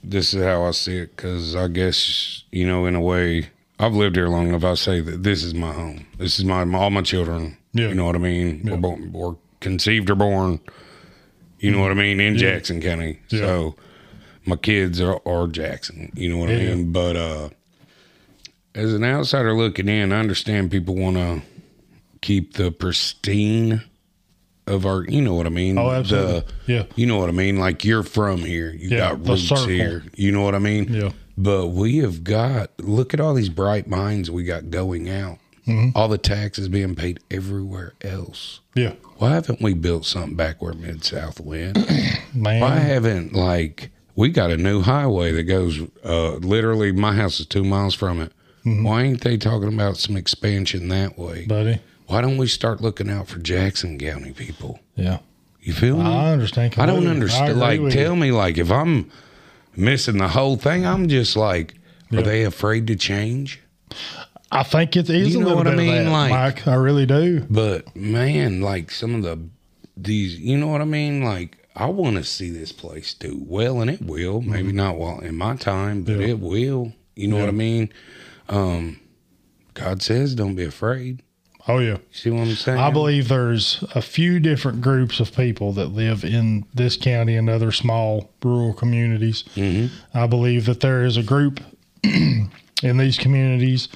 B: this is how I see it. Because I guess you know, in a way, I've lived here long enough. I say that this is my home. This is my all my children.
A: Yeah.
B: You know what I mean? We're, born, we're conceived or born. You know what I mean? In Jackson County.
A: Yeah.
B: So my kids are, are Jackson. You know what
A: Yeah.
B: I mean? But uh, as an outsider looking in, I understand people want to keep the pristine of our. You know what I mean?
A: Oh,
B: The-
A: absolutely. Yeah.
B: You know what I mean? Like you're from here. You
A: Yeah,
B: got
A: the
B: roots
A: circle.
B: here. You know what I mean?
A: Yeah.
B: But we have got look at all these bright minds we got going out.
A: Mm-hmm.
B: All the taxes being paid everywhere else.
A: Yeah.
B: Why haven't we built something back where Mid South went?
A: Man.
B: Why haven't like we got a new highway that goes uh, literally my house is two miles from it.
A: Mm-hmm.
B: Why ain't they talking about some expansion that way?
A: Buddy.
B: Why don't we start looking out for Jackson County people?
A: Yeah.
B: You feel me?
A: I understand.
B: I don't
A: completely. I
B: understand.
A: agree
B: Like,
A: with you.
B: tell me, like, if I'm missing the whole thing, I'm just like, are they afraid to change?
A: I think it is a
B: You know
A: little
B: what I
A: bit of
B: mean?
A: that,
B: Like-
A: Mike. I really do.
B: But man, like some of the these, you know what I mean? Like, I want to see this place do well, and it will. Maybe not well in my time, but
A: Yeah.
B: it will. You know what I mean? Um, God says, don't be afraid.
A: Oh yeah.
B: You see what I'm saying?
A: I believe there's a few different groups of people that live in this county and other small rural communities.
B: Mm-hmm.
A: I believe that there is a group in these communities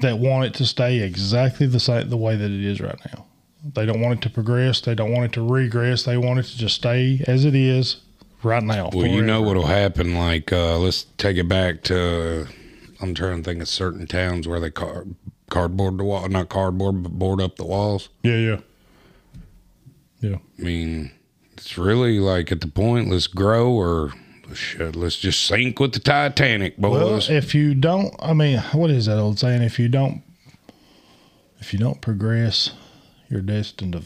A: that want it to stay exactly the same the way that it is right now. They don't want it to progress. They don't want it to regress. They want it to just stay as it is right now.
B: Well, you
A: forever.
B: know what'll happen. Like, uh, let's take it back to. I'm trying to think of certain towns where they car- cardboard the wall, not cardboard, but board up the walls.
A: Yeah, yeah, yeah.
B: I mean, it's really like at the point, let's grow or shit, let's just sink with the Titanic,
A: Well,
B: boys.
A: if you don't, I mean, what is that old saying? If you don't, if you don't progress, you're destined to.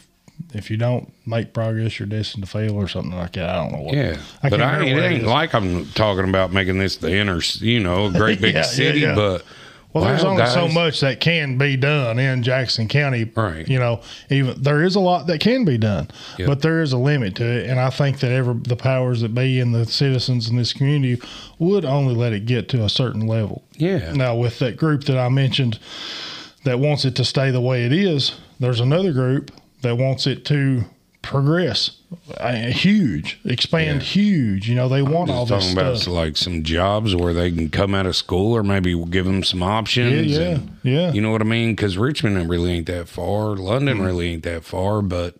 A: If you don't make progress, you're destined to fail, or something like that. I don't know what.
B: yeah,
A: I
B: but
A: can't
B: I
A: remember
B: ain't, it
A: where it
B: ain't
A: is.
B: like I'm talking about making this the inner, c- you know, a great big
A: Yeah, yeah,
B: city.
A: yeah.
B: But
A: Well, there's
B: wow,
A: only so
B: guys.
A: much that can be done in Jackson County.
B: Right.
A: You know, even there is a lot that can be done,
B: Yeah.
A: but there is a limit to it. And I think that ever the powers that be and the citizens in this community would only let it get to a certain level.
B: Yeah,
A: Now, with that group that I mentioned that wants it to stay the way it is, there's another group that wants it to progress uh, huge, expand huge. You know, they want all
B: Just
A: this
B: talking about
A: stuff.
B: like some jobs where they can come out of school or maybe we'll give them some
A: Yeah,
B: options.
A: yeah,
B: and-
A: yeah.
B: You know what I mean? Because Richmond really ain't that far. London
A: Mm-hmm.
B: really ain't that far. But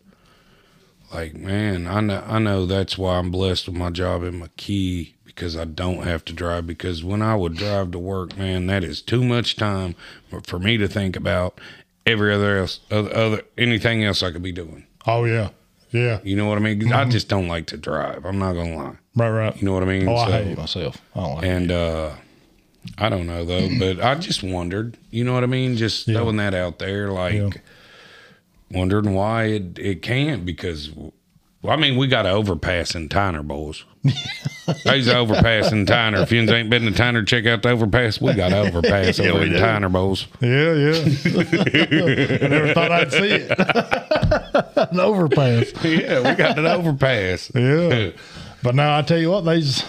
B: like, man, I know, I know that's why I'm blessed with my job and my key because I don't have to drive. Because when I would drive to work, man, that is too much time for- for me to think about every other else, other, other anything else I could be doing.
A: oh, yeah, yeah.
B: You know what I mean? 'Cause
A: Mm-hmm.
B: I just don't like to drive. I'm not gonna lie.
A: Right, right.
B: You know what I mean?
A: oh, I
B: So-
A: hate it myself. I don't like it.
B: and uh I don't know though, but I just wondered, you know what I mean? Just throwing that out there, like wondering why it, it can't because well, I mean we got an overpass in Tyner boys. There's an overpass in Tyner. If you ain't been to Tyner, check out the overpass. We got an overpass over in Tyner boys.
A: Yeah, yeah. I never thought I'd see it. An overpass.
B: Yeah, we got an overpass.
A: Yeah. But now I tell you what, these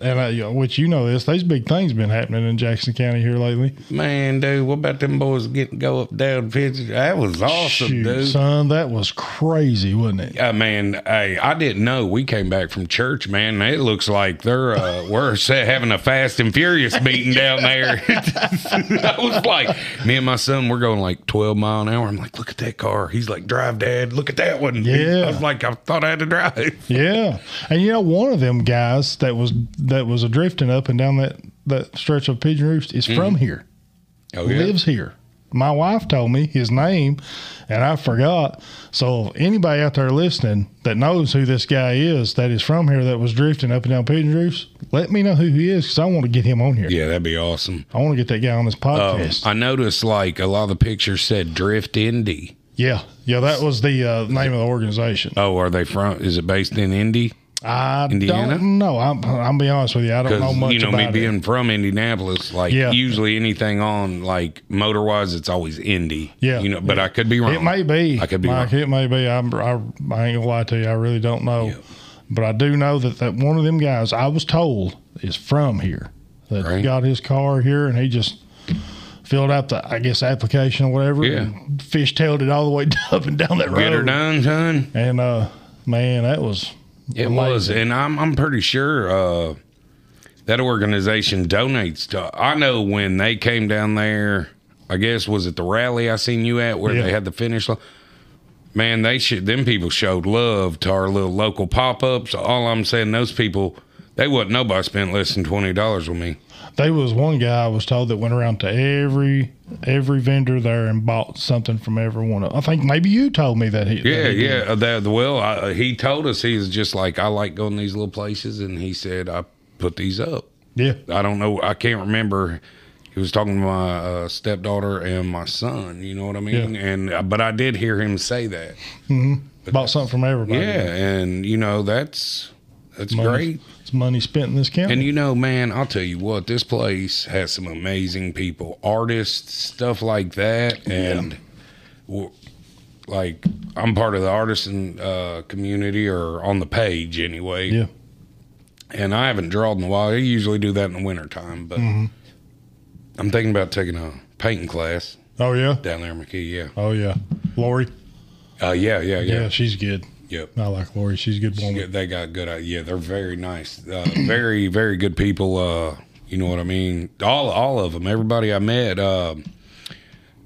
A: and I, you know, which you know this, these big things been happening in Jackson County here lately.
B: Man, dude, what about them boys getting go up down pitches? That was awesome,
A: Shoot,
B: dude.
A: son, that was crazy, wasn't it?
B: I mean, hey, I didn't know. We came back from church, man. and It looks like they're uh, we're set having a Fast and Furious meeting down there. I was like, me and my son, we're going like twelve mile an hour. I'm like, look at that car. He's like, drive, Dad. Look at that one.
A: Yeah.
B: I was like, I thought I had to drive.
A: Yeah, and you know one of them guys that was that was a drifting up and down that that stretch of Pigeon Roost is from here,
B: Mm-hmm. Oh yeah.
A: lives here. My wife told me his name, and I forgot. So if anybody out there listening that knows who this guy is that is from here that was drifting up and down Pigeon Roost, let me know who he is because I want to get him on here.
B: Yeah, that'd be awesome.
A: I want to get that guy on this
B: Um,
A: podcast.
B: I noticed like a lot of the pictures said Drift Indy.
A: yeah, yeah, that was the uh, name of the organization.
B: Oh, are they from? Is it based in Indy?
A: I
B: Indiana?
A: don't know. I'm, I'm be honest with you. I don't know
B: Because
A: much
B: you know
A: about
B: me
A: it.
B: being from Indianapolis, like
A: Yeah.
B: usually anything on like motor wise, it's always Indy.
A: Yeah.
B: you know, but I could be wrong.
A: It may be.
B: I could be
A: Mike,
B: wrong.
A: It may be. I'm, I, I ain't gonna lie to you. I really don't know, but I do know that that one of them guys I was told is from here. That
B: Right.
A: got his car here, and he just filled out the I guess application or whatever.
B: Yeah.
A: and fishtailed it all the way up and down that road.
B: Get her done, son.
A: And uh, man, that was
B: It was, and I'm I'm pretty sure uh, that organization donates to. I know when they came down there. I guess was it the rally I seen you at where
A: Yeah.
B: they had the finish line. Man, they should. Them people showed love to our little local pop ups. All I'm saying, those people, they wasn't nobody spent less than twenty dollars with me.
A: They was one guy I was told that went around to every every vendor there and bought something from every one. of- I think maybe you told me that. He, that
B: Yeah,
A: he did.
B: yeah. uh, That well, I, he told us he was just like I like going to these little places, and he said I put these up.
A: yeah.
B: I don't know. I can't remember. He was talking to my uh, stepdaughter and my son. You know what I mean?
A: Yeah.
B: And uh, but I did hear him say that.
A: Bought something from everybody.
B: Yeah, and you know that's that's
A: Money-
B: great.
A: It's money spent in this county.
B: And you know, man, I'll tell you what, this place has some amazing people, artists, stuff like that, and w like I'm part of the artisan uh, community or on the page anyway.
A: yeah.
B: and I haven't drawn in a while. I usually do that in the wintertime, but
A: Mm-hmm.
B: I'm thinking about taking a painting class
A: Oh yeah.
B: down there in McKee. Yeah.
A: Oh yeah. Lori.
B: Uh, yeah, yeah,
A: Yeah.
B: yeah,
A: she's good.
B: Yep.
A: I like Lori. She's a good
B: Yeah,
A: woman.
B: they got good. i- Yeah, they're very nice. Uh, very, very good people. Uh, you know what I mean? All, all of them. Everybody I met. Uh,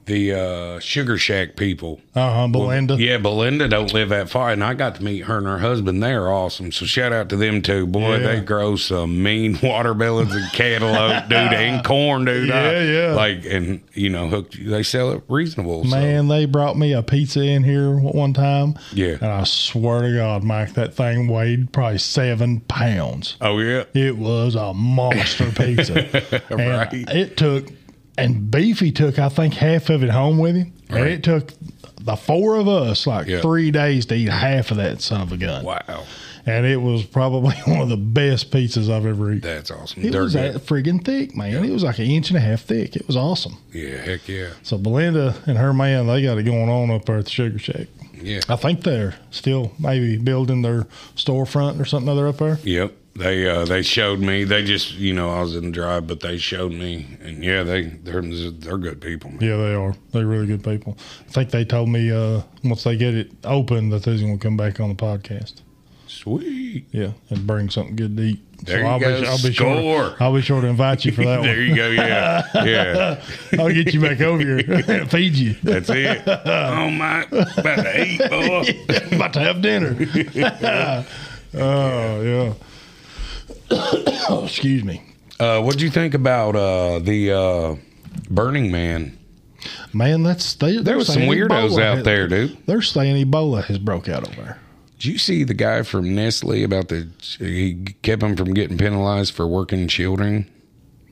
B: the uh, Sugar Shack people.
A: Uh huh. Belinda.
B: Yeah, Belinda don't live that far, and I got to meet her and her husband. They're awesome. So shout out to them too. Boy,
A: Yeah.
B: they grow some mean watermelons and cantaloupe, dude, and corn, dude. I-
A: Yeah, yeah.
B: Like, and you know, hooked. They sell it reasonable.
A: Man, they brought me a pizza in here one time.
B: Yeah.
A: And I swear to God, Mike, that thing weighed probably seven pounds.
B: So. Oh yeah.
A: It was a monster pizza. And
B: Right.
A: It took, and Beefy took, I think, half of it home with him. And
B: Right.
A: it took the four of us like
B: Yeah.
A: three days to eat half of that son of a gun.
B: Wow,
A: And it was probably one of the best pizzas I've ever eaten.
B: that's awesome.
A: It
B: They're
A: was that
B: good.
A: friggin' thick, man. It was like an inch and a half thick. It was awesome.
B: Yeah, heck yeah,
A: So Belinda and her man, they got it going on up there at the Sugar Shack.
B: yeah.
A: I think they're still maybe building their storefront or something other up there.
B: Yep. They uh, they showed me. They just you know I was in the drive, but they showed me, and yeah, they they're they're good people. Man.
A: Yeah, they are. They're really good people. I think they told me uh, once they get it open that they're going to come back on the podcast.
B: Sweet.
A: Yeah, and bring something good to eat.
B: There you go. Score.
A: sure. I'll be sure to invite you for that
B: There
A: one.
B: you go. Yeah, yeah.
A: I'll get you back over here. Feed you.
B: That's it. oh my, about to eat, boy.
A: About to have dinner. oh yeah. oh, excuse me,
B: Uh, what'd you think about uh, the uh, Burning Man?
A: man. That's they,
B: There was some weirdos out there, dude.
A: They're saying Ebola has broke out over there.
B: Did you see the guy from Nestle about the? He kept him from getting penalized for working children.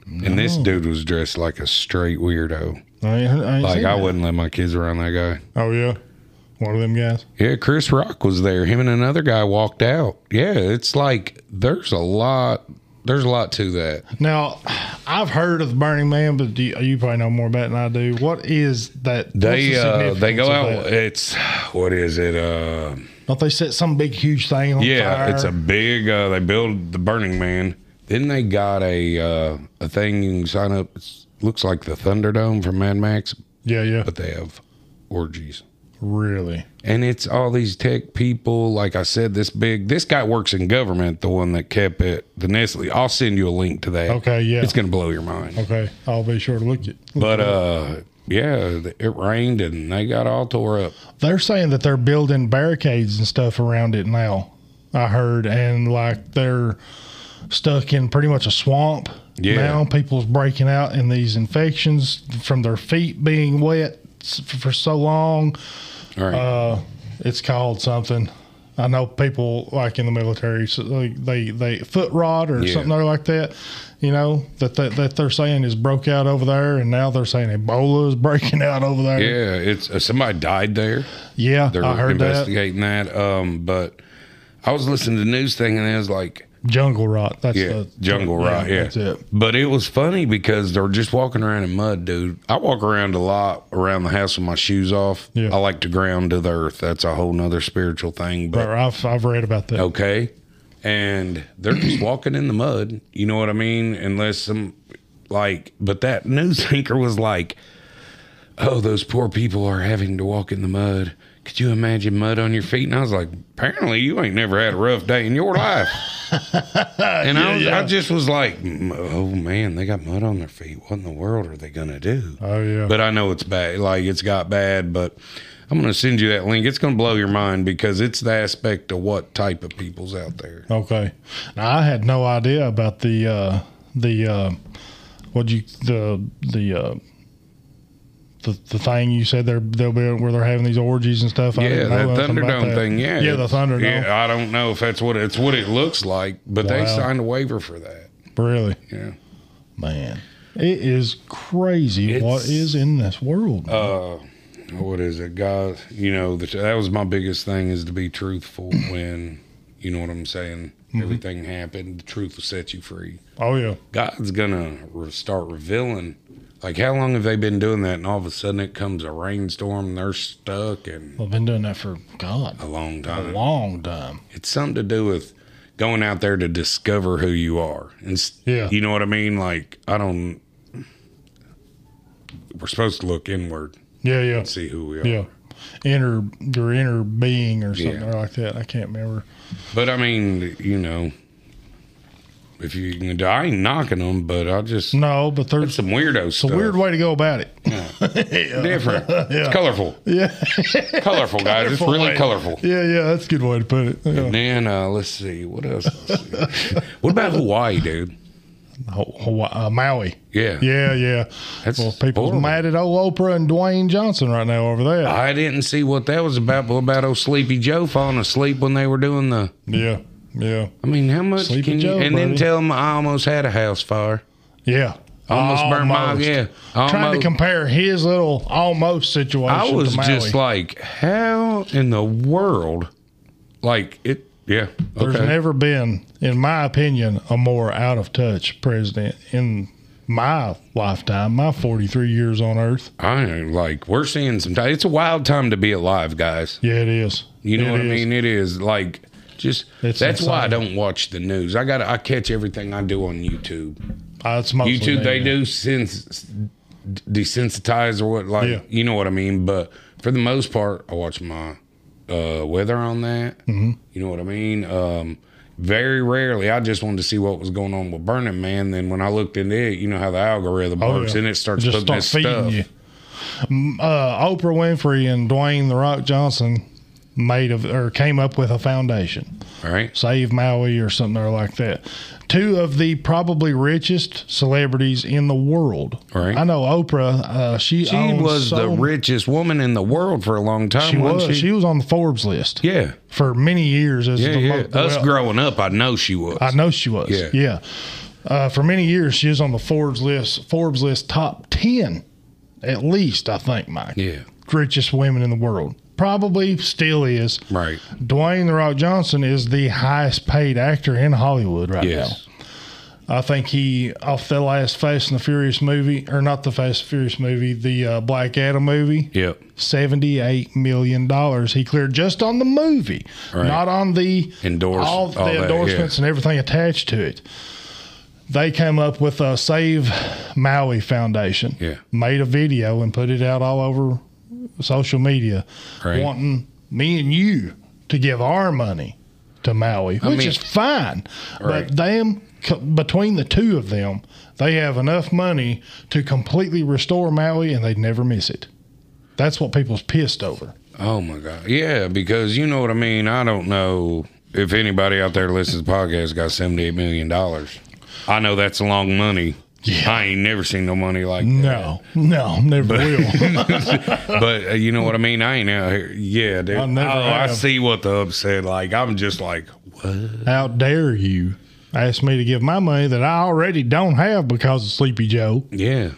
B: And this dude was dressed like a straight weirdo.
A: I ain't, I ain't
B: Like
A: seen
B: I
A: that.
B: wouldn't let my kids around that guy.
A: Oh yeah, one of them guys.
B: Yeah, Chris Rock was there. Him and another guy walked out. Yeah, it's like there's a lot. There's a lot to that.
A: Now, I've heard of the Burning Man, but do you, you probably know more about it than I do. What is that? what's
B: They
A: the
B: uh, they go
A: significance
B: out.
A: of that?
B: It's what is it? Uh,
A: Don't they set some big, huge thing on
B: yeah,
A: fire?
B: it's a big. Uh, they build the Burning Man. Then they got a uh, a thing you can sign up. It's, looks like the Thunderdome from Mad Max,
A: yeah, yeah.
B: but they have orgies.
A: Really?
B: And it's all these tech people. Like I said, this big. This guy works in government. The one that kept it, the Nestle. I'll send you a link to that.
A: Okay, yeah.
B: It's gonna blow your mind.
A: Okay, I'll be sure to look at.
B: But uh, yeah, th- it rained and they got all tore up.
A: They're saying that they're building barricades and stuff around it now. I heard, and like they're stuck in pretty much a swamp.
B: Yeah.
A: Now people's breaking out in these infections from their feet being wet s- for so long.
B: All right.
A: Uh, it's called something. I know people like in the military, so they they, they foot rot or
B: Yeah.
A: something other like that. You know that, that that they're saying is broke out over there, and now they're saying Ebola is breaking out over there.
B: yeah, it's uh, somebody died there.
A: Yeah,
B: They're
A: I heard that
B: investigating that. Um, but I was listening to the news thing and it was like,
A: jungle rot. That's
B: yeah,
A: the
B: jungle rot. Yeah.
A: that's it.
B: But it was funny because they're just walking around in mud, dude. I walk around a lot around the house with my shoes off.
A: Yeah.
B: I like to ground to the earth. That's a whole nother spiritual thing. But
A: Or I've I've read about that.
B: Oh. okay and they're just walking in the mud you know what i mean unless some Like, but that news anchor was like, oh, those poor people are having to walk in the mud. Could you imagine mud on your feet? And I was like, apparently you ain't never had a rough day in your life. and I, was, I just was like, "M- oh man, they got mud on their feet. What in the world are they going to do?
A: Oh yeah.
B: But I know it's bad. Like it's got bad, but I'm going to send you that link. It's going to blow your mind because it's the aspect of what type of people's out there.
A: Okay. Now, I had no idea about the uh, the uh, what you the the uh, the the thing you said they're they'll be where they're having these orgies and stuff. I
B: Yeah,
A: didn't know
B: that
A: nothing about
B: Thunderdome
A: that.
B: thing. Yeah,
A: Yeah, the Thunderdome.
B: Yeah, I don't know if that's what it's what it looks like, but they
A: Wow.
B: signed a waiver for that.
A: Really,
B: Yeah.
A: man, it is crazy what
B: It's-
A: is in this world. man.
B: uh what is it guys you know the, that was my biggest thing is to be truthful when you know what i'm saying
A: Mm-hmm.
B: everything happened the truth will set you free
A: oh yeah,
B: god's gonna re- start revealing like how long have they been doing that and all of a sudden it comes a rainstorm and they're stuck and
A: I've been doing that for God
B: a long
A: a
B: time
A: long time.
B: it's something to do with going out there to discover who you are and s-
A: Yeah.
B: you know what i mean like i don't we're supposed to look inward
A: Yeah, yeah,
B: see who we are
A: yeah. Inner your inner being or something
B: Yeah.
A: like that. I can't remember.
B: But I mean, you know, if you can, do- I ain't knocking them, but I just
A: No, but
B: it's
A: there's
B: some weirdo
A: a
B: stuff.
A: Mm. weird way to go about it.
B: different. It's colorful.
A: Yeah,
B: colorful, guys. it's really
A: way.
B: colorful.
A: yeah, yeah. That's a good way to put it. Yeah.
B: And then uh, let's see what else. Let's see. what about Hawaii, dude?
A: Ho- Hawaii, uh, Maui.
B: Yeah,
A: Yeah, yeah.
B: That's
A: well, people's
B: horrible.
A: mad at old Oprah and Dwayne Johnson right now over there.
B: I didn't see what that was about. But what about old Sleepy Joe falling asleep when they were doing the?
A: yeah, yeah,
B: I mean, how much
A: Sleepy
B: can you?
A: Joe,
B: and
A: buddy.
B: then tell them I almost had a house fire.
A: yeah.
B: Almost, burned my
A: Almost.
B: yeah.
A: Trying to
B: almost.
A: compare his little almost situation
B: I was
A: to Maui.
B: just like, how in the world? Like it, yeah.
A: There's
B: Okay.
A: never been, in my opinion, a more out of touch president in my lifetime, my 43 years on earth.
B: I am like we're seeing some. Time. It's a wild time to be alive, guys.
A: Yeah, it is.
B: You know
A: It
B: what
A: is.
B: I mean? It is like just
A: It's
B: that's why I
A: insane.
B: don't watch the news. I got I catch everything I do on YouTube.
A: Uh, it's mostly
B: YouTube
A: that,
B: they
A: yeah.
B: do since desensitize or what like
A: Yeah.
B: you know what I mean. But for the most part, I watch my uh, weather on that. Mm-hmm. You know what I mean. Um, very rarely, I just wanted to see what was going on with Burning Man. Then when I looked into it, you know how the algorithm
A: Oh,
B: works,
A: yeah.
B: and it starts
A: Just
B: putting
A: start
B: this
A: feeding
B: stuff.
A: you. Mm, Uh, Oprah Winfrey and Dwayne the Rock Johnson made of or came up with a foundation,
B: All right,
A: Save Maui or something or like that. Two of the probably richest celebrities in the world.
B: Right.
A: I know Oprah. Uh, she
B: she was the richest woman in the world for a long time.
A: She was.
B: wasn't
A: She? was on the Forbes list
B: yeah,
A: for many years as
B: yeah,
A: the
B: yeah.
A: mo-
B: Us
A: well,
B: growing up, I know she was.
A: I know she was.
B: Yeah.
A: Uh, for many years, she was on the Forbes list. Forbes list top ten, at least I think, Mike.
B: yeah,
A: Richest women in the world. Probably still is.
B: right.
A: Dwayne the Rock Johnson is the highest paid actor in Hollywood right
B: Yes,
A: now. I think he off the last Fast and the Furious movie, or not the Fast and Furious movie, the uh, Black Adam movie.
B: yep.
A: $78 million he cleared just on the movie,
B: Right.
A: not on the
B: Endorse-
A: all the
B: all that, yeah.
A: endorsements and everything attached to it. They came up with a Save Maui Foundation,
B: Yeah.
A: made a video and put it out all over social media,
B: Right.
A: wanting me and you to give our money to Maui, which
B: mean-
A: is fine.
B: Right.
A: But them co- between the two of them, they have enough money to completely restore Maui, and they'd never miss it. That's what people's pissed over.
B: Oh my god. Yeah, because you know what I mean. I don't know if anybody out there listens to the podcast got seventy eight million dollars. I know that's a long money.
A: Yeah.
B: I ain't never seen no money like
A: No, no, never will.
B: that. But uh, you know what I mean? I ain't out here. Yeah, dude.
A: I never
B: oh, I
A: have.
B: see what the upset like. I'm just like, what?
A: How dare you ask me to give my money that I already don't have because of Sleepy Joe?
B: Yeah.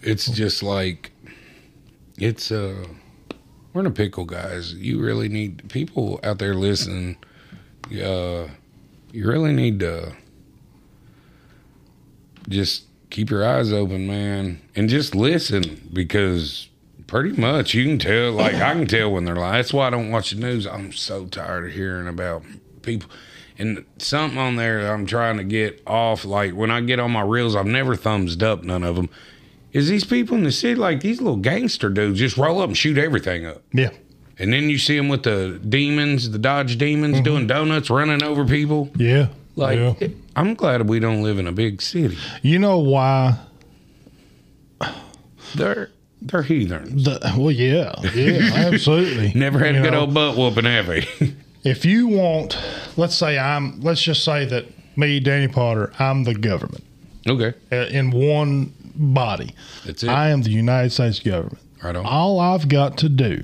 B: It's just like it's uh we're in a pickle guys. You really need people out there listening. Uh you really need to just keep your eyes open, man, and just listen because pretty much you can tell like I can tell when they're lying. That's why I don't watch the news. I'm so tired of hearing about people and something on there that I'm trying to get off. Like when I get on my reels, I've never thumbsed up none of them. Is these people in the city like these little gangster dudes just roll up and shoot everything up?
A: Yeah.
B: And then you see them with the demons, the Dodge demons, doing donuts, running over people.
A: Yeah.
B: Like
A: Mm-hmm. yeah.
B: I'm glad we don't live in a big city.
A: You know why
B: They're they're heathens.
A: the well yeah, yeah, absolutely.
B: Never had
A: You
B: a good
A: know,
B: old butt whooping, have we?
A: If you want let's say I'm let's just say that me, Danny Potter, I'm the government
B: okay,
A: uh, in one body.
B: that's it.
A: I am the United States government.
B: right on.
A: All I've got to do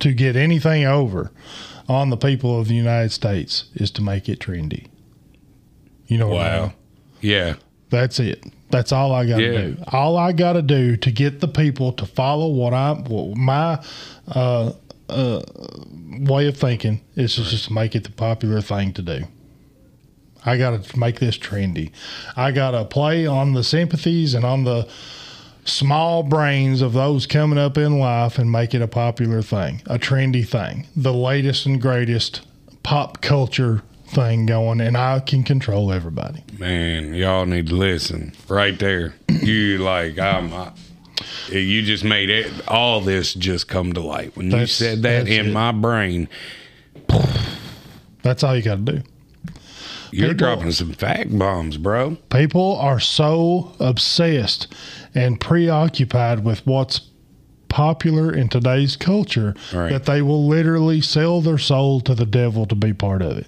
A: to get anything over on the people of the United States is to make it trendy. You know what I mean?
B: wow. Yeah.
A: That's it. That's all I got to
B: Yeah.
A: do. All I got to do to get the people to follow what I what my uh, uh, way of thinking is to just make it the popular thing to do. I got to make this trendy. I got to play on the sympathies and on the small brains of those coming up in life and make it a popular thing, a trendy thing, the latest and greatest pop culture thing going, and I can control everybody.
B: Man, y'all need to listen right there. You like I'm. I, you just made it all this just come to light when
A: That's-
B: you said that
A: that's
B: in
A: it.
B: my brain.
A: That's all you got to do.
B: You're
A: People-
B: dropping some fact bombs, bro.
A: People are so obsessed and preoccupied with what's popular in today's culture
B: Right.
A: that they will literally sell their soul to the devil to be part of it.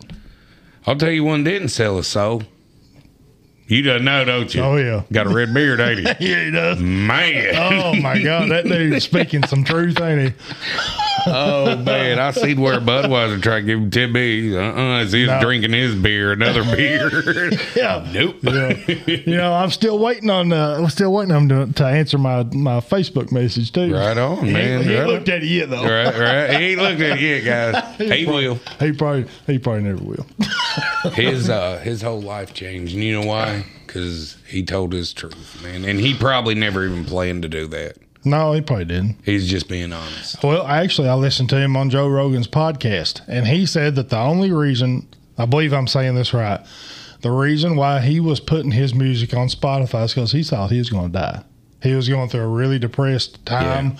B: I'll tell you one didn't sell a soul. You don't know, don't you?
A: Oh, yeah.
B: Got a red beard, ain't he?
A: Yeah, he does.
B: Man,
A: Oh my God, that dude's speaking some truth, ain't he?
B: oh man, I seen where Budweiser tried to give him ten B's. Uh, uh he's drinking his beer, another beer.
A: Yeah.
B: nope.
A: You know, I'm still waiting on. Uh, I'm still waiting on him to, to answer my my Facebook message too.
B: Right on,
A: He,
B: man.
A: he
B: Right on.
A: looked at it yet though.
B: Right, right. He ain't looked at it yet, guys. He will.
A: He probably he probably never will.
B: His uh, his whole life changed, and you know why? Because he told his truth, man. And he probably never even planned to do that.
A: No, he probably didn't.
B: He's just being honest.
A: Well, actually, I listened to him on Joe Rogan's podcast, and he said that the only reason, I believe I'm saying this right, the reason why he was putting his music on Spotify is because he thought he was going to die. He was going through a really depressed time,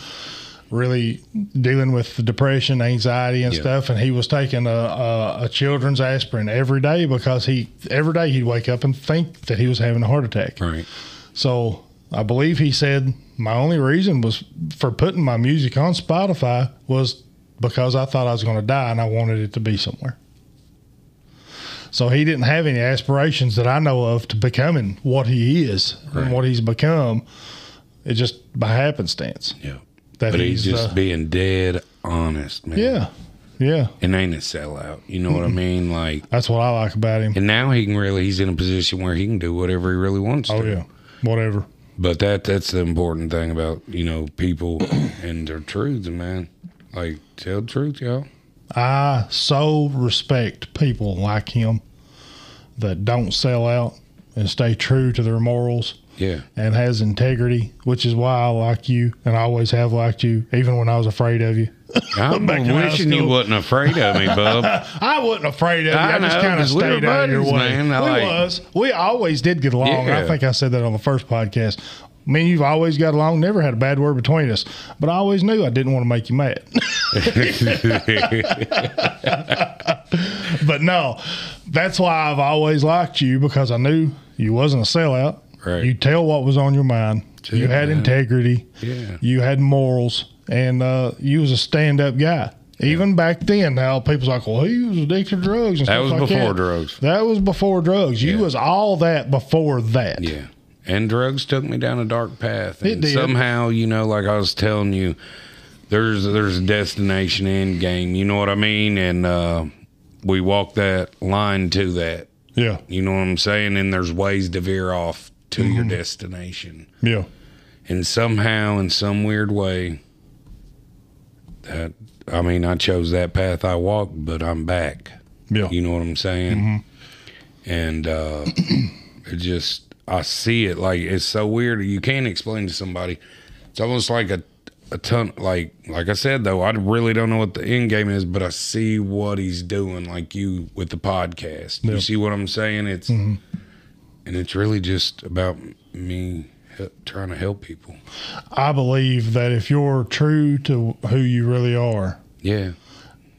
A: really dealing with the depression, anxiety, and
B: Yeah.
A: stuff. And he was taking a, a, a children's aspirin every day because he every day he'd wake up and think that he was having a heart attack.
B: Right.
A: So I believe he said my only reason was for putting my music on Spotify was because I thought I was going to die and I wanted it to be somewhere. So he didn't have any aspirations that I know of to becoming what he is
B: Right.
A: and what he's become. It just by happenstance
B: Yeah.
A: that
B: But he's, just
A: uh,
B: being dead honest, man.
A: yeah, yeah.
B: And ain't a sellout. You know what I mean? Like,
A: That's what I like about him.
B: and now he can really, he's in a position where he can do whatever he really wants
A: Oh
B: to.
A: yeah, whatever.
B: But that that's the important thing about, you know, people and their truths, man. Like, tell the truth, y'all.
A: I so respect people like him that don't sell out and stay true to their morals
B: Yeah.
A: and has integrity, which is why I like you and I always have liked you, even when I was afraid of you.
B: I'm
A: Back in high
B: wishing you
A: school.
B: wasn't afraid of me, bub.
A: I wasn't afraid of you.
B: I
A: I, just
B: know,
A: kind of
B: 'cause we were
A: stayed out of your
B: buddies,
A: way.
B: man. I
A: we
B: like-
A: was. We always did get along.
B: Yeah.
A: I think I said that on the first podcast. Me and you've always got along. Never had a bad word between us. But I always knew I didn't want to make you mad. but no, that's why I've always liked you because I knew you wasn't a sellout.
B: Right.
A: You tell what was on your mind. you had
B: man.
A: integrity.
B: Yeah.
A: You had morals, and uh, you was a stand-up guy. Even back then, now people's like, "Well, he was addicted to drugs." And
B: That
A: stuff
B: was
A: like
B: before
A: that.
B: drugs.
A: That was before drugs. You
B: Yeah.
A: was all that before that.
B: Yeah. And drugs took me down a dark path. And
A: did.
B: somehow, you know, like I was telling you, there's there's a destination end game, you know what I mean? And uh we walk that line to that.
A: Yeah.
B: You know what I'm saying? And there's ways to veer off to your destination.
A: Yeah.
B: And somehow in some weird way that I mean, I chose that path I walked, but I'm back.
A: Yeah.
B: You know what I'm saying?
A: Mm-hmm.
B: And uh, it just, I see it like it's so weird. You can't explain to somebody. It's almost like a a ton like like I said though, I really don't know what the end game is, but I see what he's doing, like you with the podcast. You
A: Yeah. Mm-hmm.
B: see what I'm saying? It's and it's really just about me he- trying to help people.
A: I believe that if you're true to who you really are,
B: Yeah,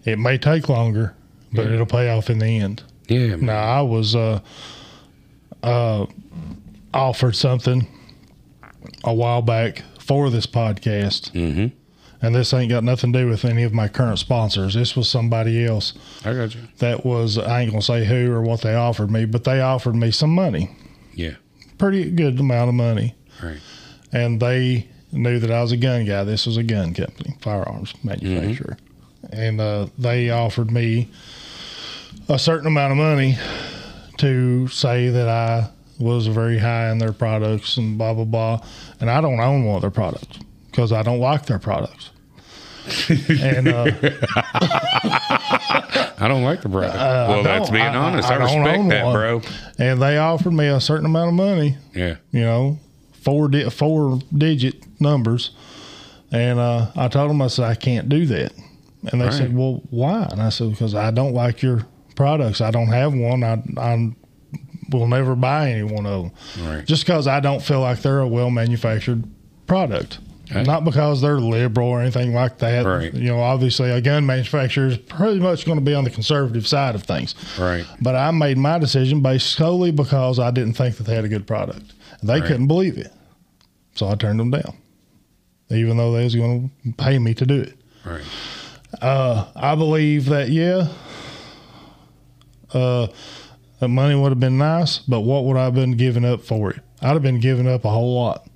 A: it may take longer, but
B: Yeah.
A: it'll pay off in the end.
B: yeah, man.
A: Now I was uh, uh, offered something a while back for this podcast,
B: Mhm.
A: and this ain't got nothing to do with any of my current sponsors. This was somebody else
B: I got you.
A: that was I ain't gonna say who or what they offered me, but they offered me some money,
B: Yeah,
A: pretty good amount of money,
B: all right.
A: and they knew that I was a gun guy. This was a gun company, firearms manufacturer, and uh, they offered me a certain amount of money to say that I was very high in their products and blah blah blah, and I don't own one of their products because I don't like their products. and uh,
B: I don't like the product. well,
A: Uh, I
B: that's
A: don't-
B: being
A: I- I-
B: honest. I,
A: I don't
B: respect
A: own
B: that,
A: one.
B: bro.
A: and they offered me a certain amount of money
B: Yeah,
A: you know, four di- four digit numbers. And uh, I told them, I said, I can't do that. And they
B: Right.
A: said, Well, why? And I said, Because I don't like your products. I don't have one. I, I will never buy any one of them
B: all right.
A: just because I don't feel like they're a well manufactured product.
B: Okay.
A: Not because they're liberal or anything like that.
B: Right.
A: You know, obviously, a gun manufacturer is pretty much going to be on the conservative side of things.
B: Right.
A: But I made my decision based solely because I didn't think that they had a good product. They
B: Right.
A: couldn't believe it, so I turned them down, even though they was going to pay me to do it. Uh,
B: all right.
A: I believe that yeah, uh, that money would have been nice, but what would I have been giving up for it? I'd have been giving up a whole lot.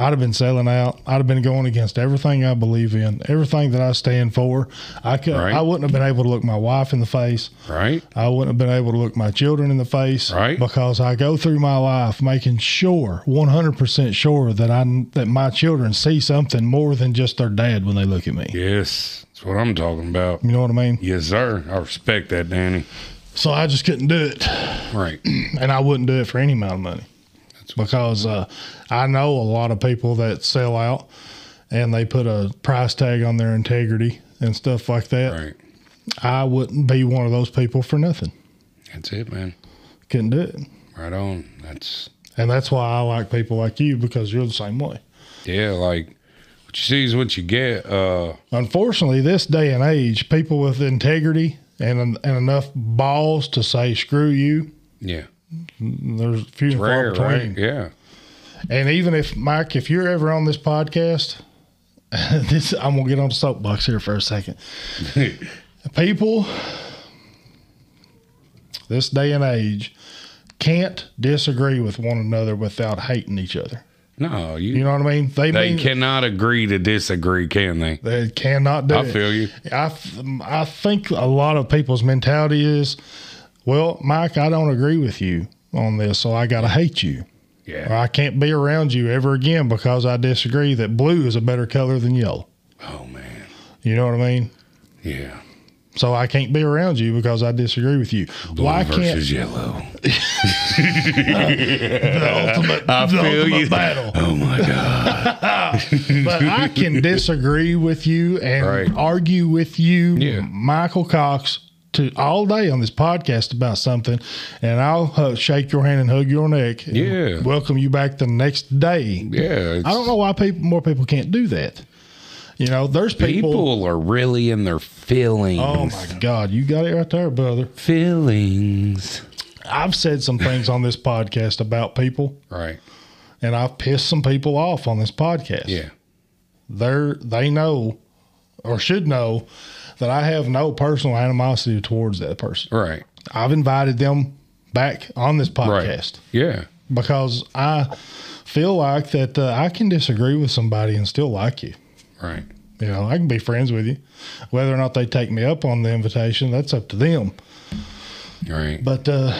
A: I'd have been selling out. I'd have been going against everything I believe in, everything that I stand for. I could,
B: Right.
A: I wouldn't have been able to look my wife in the face.
B: Right.
A: I wouldn't have been able to look my children in the face
B: Right.
A: because I go through my life making sure, 100% sure that I that my children see something more than just their dad when they look at me.
B: Yes, that's what I'm talking about.
A: You know what I mean?
B: Yes, sir. I respect that, Danny.
A: So I just couldn't do it.
B: Right.
A: and I wouldn't do it for any amount of money because uh, I know a lot of people that sell out and they put a price tag on their integrity and stuff like that.
B: Right.
A: I wouldn't be one of those people for nothing.
B: That's it, man.
A: Couldn't do it.
B: Right on. That's
A: And that's why I like people like you because you're the same way.
B: yeah, like what you see is what you get. Uh
A: Unfortunately, this day and age, people with integrity and, and enough balls to say screw you,
B: yeah.
A: there's few and
B: Rare,
A: far between.
B: right? Yeah.
A: And even if Mike, if you're ever on this podcast, this I'm gonna get on the soapbox here for a second. People, this day and age, can't disagree with one another without hating each other.
B: No, you,
A: You know what I mean? They,
B: they
A: mean,
B: cannot agree to disagree, can they?
A: they cannot do
B: I
A: it.
B: feel you.
A: I, f- I think a lot of people's mentality is, well, Mike, I don't agree with you on this, so I gotta hate you. Or
B: Yeah.
A: I can't be around you ever again because I disagree that blue is a better color than yellow.
B: Oh man.
A: You know what I mean?
B: Yeah.
A: So I can't be around you because I disagree with you. Why
B: Blue
A: can't
B: versus yellow.
A: the ultimate,
B: I
A: the
B: feel
A: ultimate
B: you.
A: battle?
B: Oh my god.
A: But I can disagree with you and
B: Right.
A: argue with you,
B: Yeah.
A: Michael Cox, to all day on this podcast about something, and I'll uh, shake your hand and hug your neck. and
B: Yeah.
A: welcome you back the next day.
B: Yeah.
A: I don't know why people, more people can't do that. You know, there's
B: People,
A: people
B: are really in their feelings.
A: Oh my God, you got it right there, brother.
B: Feelings.
A: I've said some things on this podcast about people,
B: Right.
A: and I've pissed some people off on this podcast.
B: Yeah.
A: They're they know or should know that I have no personal animosity towards that person.
B: Right.
A: I've invited them back on this
B: Right.
A: podcast
B: Yeah.
A: because I feel like that uh, I can disagree with somebody and still like you.
B: Right.
A: You know, I can be friends with you. Whether or not they take me up on the invitation, that's up to them.
B: Right.
A: But uh,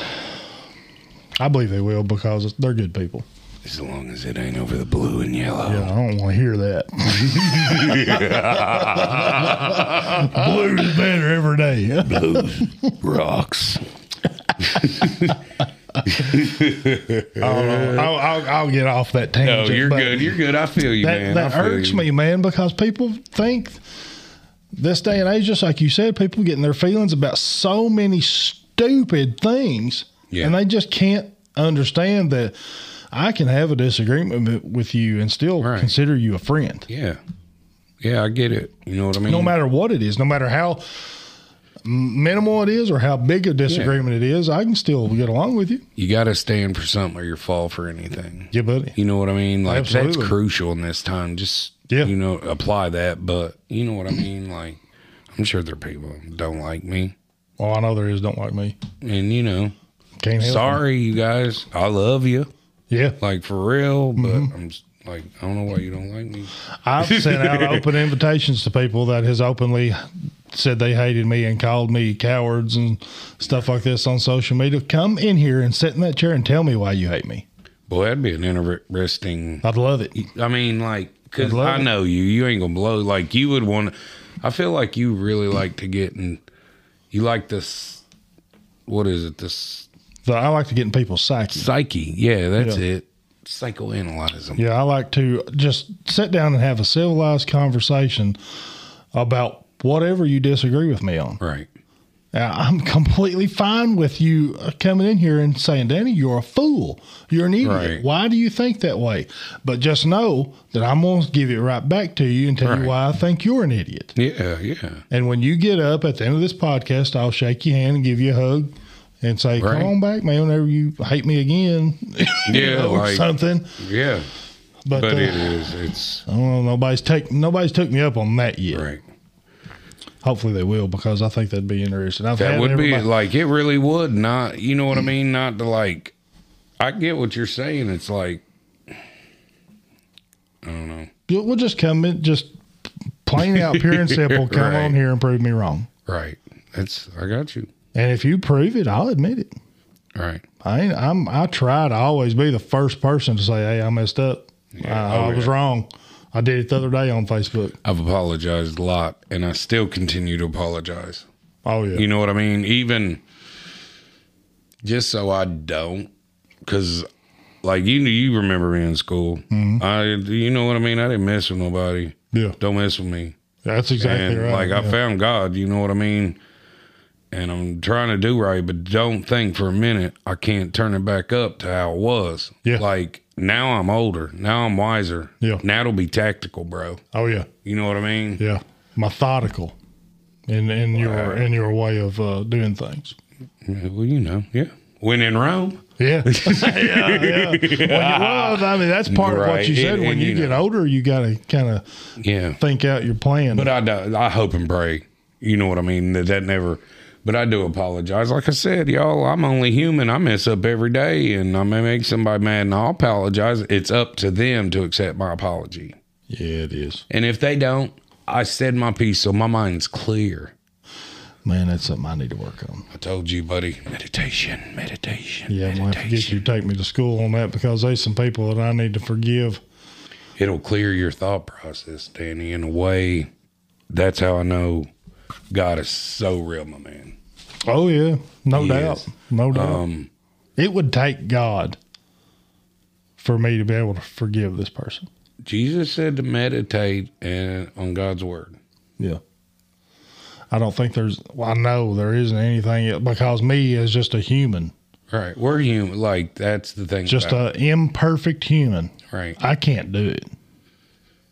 A: I believe they will because they're good people.
B: As long as it ain't over the blue and yellow.
A: Yeah, I don't want to hear that. Blues is better every day.
B: Rocks.
A: I don't know. I'll, I'll, I'll get off that
B: No,
A: tangent.
B: you're
A: but
B: good. You're good. I feel you,
A: That,
B: man.
A: that
B: I feel
A: irks
B: you.
A: me, man, because people think this day and age, just like you said, people getting their feelings about so many stupid things,
B: Yeah.
A: and they just can't understand that I can have a disagreement with- with you and still
B: Right.
A: consider you a friend.
B: Yeah. Yeah, I get it. You know what I mean?
A: no matter what it is, no matter how m- minimal it is or how big a disagreement it is, I can still get along with you.
B: You got to stand for something or you fall for anything.
A: Yeah, buddy.
B: You know what I mean? Like
A: Absolutely.
B: that's crucial in this time. Just
A: Yeah.
B: you know, apply that. But you know what I mean? Like I'm sure there are people who don't like me,
A: Well, I know there is don't like me.
B: and you know,
A: Can't help.
B: sorry you guys. I love you,
A: it. Yeah,
B: like for real. But
A: Mm-hmm.
B: I'm s- like I don't know why you don't like me.
A: I've sent out open invitations to people that has openly said they hated me and called me cowards and stuff like this on social media. Come in here and sit in that chair and tell me why you hate me.
B: Boy, that'd be an interesting.
A: I'd love it.
B: I mean, like, cause
A: I'd love
B: I
A: it.
B: know you. You ain't gonna blow. Like you would want. I feel like you really like to get in. You like this. What is it? This
A: So I like to get in people's psyche.
B: psyche. Yeah, that's
A: Yeah.
B: it. Psychoanalyzism.
A: Yeah, I like to just sit down and have a civilized conversation about whatever you disagree with me on.
B: Right.
A: Now, Uh, I'm completely fine with you uh, coming in here and saying, Danny, you're a fool. You're an idiot.
B: Right.
A: Why do you think that way? But just know that I'm going to give it right back to you and tell
B: Right.
A: you why I think you're an idiot.
B: Yeah, yeah.
A: And when you get up at the end of this podcast, I'll shake your hand and give you a hug and say,
B: Right.
A: come on back, man, whenever you hate me again you
B: Yeah,
A: know, or
B: like
A: something.
B: yeah.
A: But,
B: But
A: uh,
B: it is. It's
A: I don't know. Nobody's take nobody's took me up on that yet.
B: right.
A: Hopefully they will because I think that'd be interesting. I've
B: That
A: had
B: would be
A: everybody-
B: like it really would not you know what I mean? Not to like I get what you're saying. It's like
A: Yeah, We'll just come in, just plain out, pure and simple. Come
B: Right.
A: on here and prove me wrong.
B: right. That's I got you.
A: And if you prove it, I'll admit it.
B: Right.
A: I ain't, I'm I try to always be the first person to say, "Hey, I messed up. I,
B: Oh,
A: I was
B: yeah.
A: wrong. I did it the other day on Facebook."
B: I've apologized a lot and I still continue to apologize.
A: Oh yeah,
B: You know what I mean? Even just so I don't, because like you knew you remember me in school.
A: Mm-hmm.
B: I, you know what I mean? I didn't mess with nobody.
A: yeah.
B: Don't mess with me.
A: That's exactly
B: and
A: right.
B: like I
A: yeah.
B: found God. You know what I mean? And I'm trying to do right, but don't think for a minute I can't turn it back up to how it was.
A: Yeah.
B: Like now I'm older. Now I'm wiser.
A: Yeah.
B: Now it'll be tactical, bro.
A: oh yeah,
B: You know what I mean?
A: yeah. Methodical in in your in your way of uh, doing things.
B: Yeah, Well, you know. Yeah. When in Rome.
A: Yeah. yeah, yeah. When you- well, I mean, that's part of
B: Right.
A: what you said.
B: And-
A: when
B: and,
A: you,
B: you
A: get older, you got to kind of
B: Yeah.
A: think out your plan.
B: But I, do- I hope and pray. You know what I mean? That that never. But I do apologize. Like I said, y'all, I'm only human. I mess up every day, and I may make somebody mad, and I'll apologize. It's up to them to accept my apology.
A: yeah, it is.
B: And if they don't, I said my piece, so my mind's clear.
A: Man, that's something I need to work on.
B: I told you, buddy. Meditation, meditation,
A: Yeah, I'm going to have to get you
B: meditation.
A: to take me to school on that because there's some people that I need to forgive.
B: It'll clear your thought process, Danny. In a way, that's how I know God is so real, my man.
A: Oh, yeah. No
B: He
A: doubt.
B: is.
A: No doubt.
B: Um,
A: it would take God for me to be able to forgive this person.
B: Jesus said to meditate and on God's word.
A: Yeah. I don't think there's, well, I know there isn't anything else because me as just a human,
B: Right. We're human. Like that's the thing.
A: just
B: about
A: a imperfect human,
B: it. right.
A: I can't do it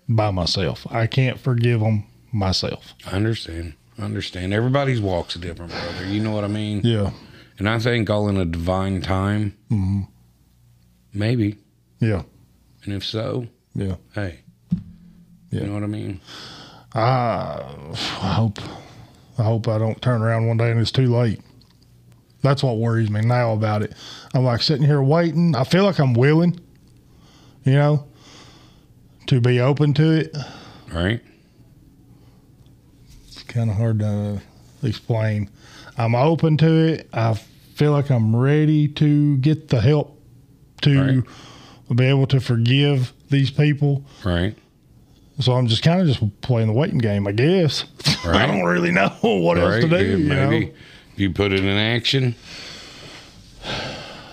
A: by myself. I can't forgive them myself.
B: I understand. I understand. Everybody's walks are different, brother. You know what I mean?
A: Yeah.
B: And I think all in a divine time.
A: Mm-hmm.
B: Maybe.
A: Yeah.
B: And if so,
A: Yeah.
B: hey.
A: Yeah.
B: You know what I mean?
A: I, I hope I hope I don't turn around one day and it's too late. That's what worries me now about it. I'm like sitting here waiting. I feel like I'm willing, you know, to be open to it.
B: Right?
A: It's kind of hard to explain. I'm open to it. I feel like I'm ready to get the help to be able to forgive these people.
B: Right.
A: So I'm just kind of just playing the waiting game, I guess. I
B: Right.
A: don't really know what else
B: right.
A: to do.
B: Yeah,
A: you know?
B: maybe. If you put it in action,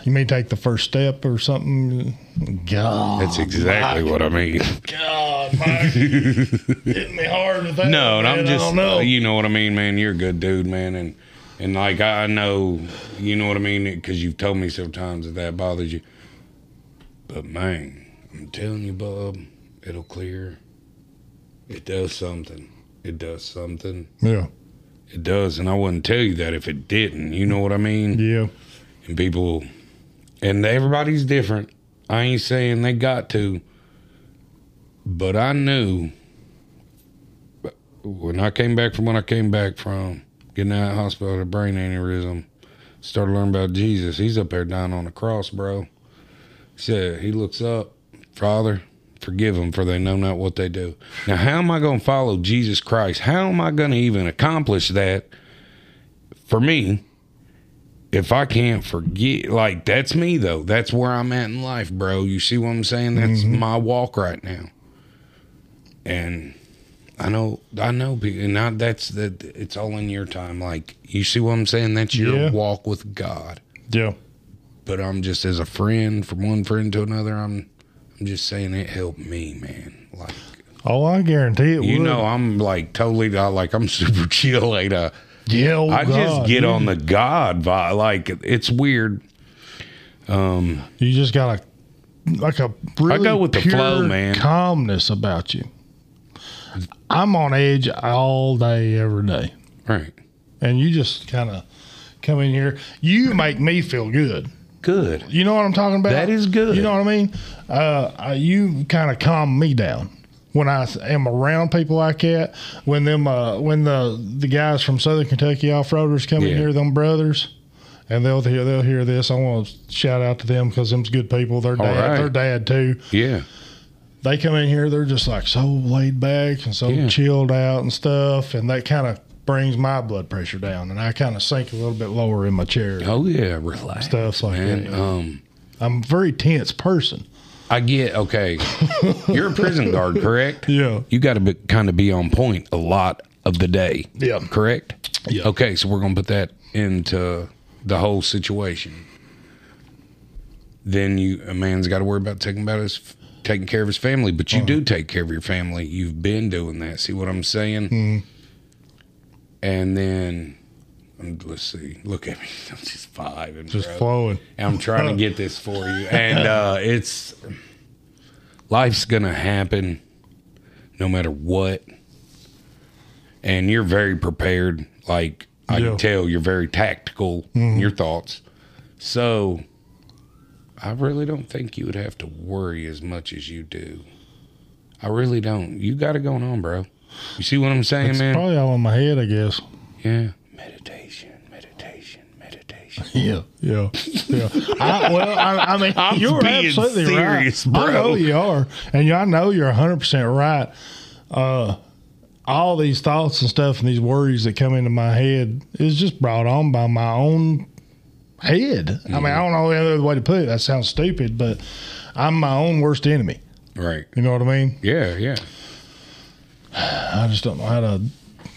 A: you may take the first step or something. God,
B: That's exactly what I mean.
A: God, Mike, hitting me hard with that.
B: No, and I'm
A: man, I
B: just
A: don't know.
B: you know what I mean, man. You're a good dude, man, and and like I know, you know what I mean, because you've told me several times that that bothers you. But man, I'm telling you, Bob, it'll clear. It does something. It does something.
A: yeah,
B: It does, and I wouldn't tell you that if it didn't. You know what I mean?
A: yeah,
B: and people and everybody's different i ain't saying they got to but i knew when i came back from when i came back from getting out of the hospital with a brain aneurysm started learning about jesus he's up there dying on the cross bro he said he looks up father forgive them for they know not what they do now how am i going to follow jesus christ how am i going to even accomplish that for me if I can't forget, like that's me though. That's where I'm at in life, bro. You see what I'm saying? That's my walk right now. And I know, I know, pe- and I, that's that. It's all in your time. Like you see what I'm saying? That's your
A: Yeah.
B: walk with God.
A: yeah.
B: But I'm just as a friend from one friend to another. I'm, I'm just saying it helped me, man. Like
A: Oh, I guarantee it.
B: you
A: would.
B: know, I'm like totally not like I'm super chill. Like uh,
A: yeah. Oh,
B: I
A: God,
B: just get
A: you,
B: on the God vibe. Like it's weird.
A: You just got a like a really
B: go with the
A: pure
B: flow, man.
A: Calmness about you. I'm on edge all day, every day,
B: Right.
A: and you just kind of come in here. You make me feel good.
B: Good.
A: You know what I'm talking about?
B: That is good.
A: You know what I mean? Uh, I- you kind of calm me down when I s- am around people like that. When them, uh, when the the guys from Southern Kentucky off roaders come
B: Yeah.
A: in here, them brothers, and they'll hear they'll hear this. I want to shout out to them because them's good people. Their dad,
B: right.
A: their dad too.
B: Yeah.
A: They come in here, they're just like so laid back and so
B: Yeah.
A: chilled out and stuff, and that kind of brings my blood pressure down, and I kind of sink a little bit lower in my chair.
B: Oh yeah, relax.
A: Stuff like
B: man.
A: that.
B: Um
A: I'm a very tense person.
B: I get okay. You're a prison guard, correct?
A: Yeah.
B: You gotta be kind of be on point a lot of the day.
A: Yeah.
B: Correct?
A: Yeah.
B: Okay, so we're gonna put that into the whole situation. Then you a man's gotta worry about taking about his taking care of his family, but
A: Uh-huh.
B: you do take care of your family. You've been doing that. See what I'm saying?
A: Mm-hmm.
B: And then um, let's see. Look at me. I'm just vibing.
A: Just
B: bro.
A: flowing.
B: I'm trying to get this for you. And uh, it's life's gonna happen no matter what. And you're very prepared. Like I
A: Yeah.
B: can tell you're very tactical in your thoughts. So I really don't think you would have to worry as much as you do. I really don't. You got it going on, bro. You see what I'm saying,
A: It's
B: man?
A: probably all in my head, I guess.
B: yeah. Meditation, meditation, meditation.
A: Yeah, yeah, yeah. I, well, I, I mean,
B: I'm
A: you're
B: being
A: absolutely
B: serious,
A: right.
B: bro.
A: I know you are, and you, I know you're 100 percent right. Uh, all these thoughts and stuff and these worries that come into my head is just brought on by my own head. I mean, I don't know any other way to put it. That sounds stupid, but I'm my own worst enemy.
B: Right.
A: You know what I mean?
B: Yeah, yeah.
A: I just don't know how to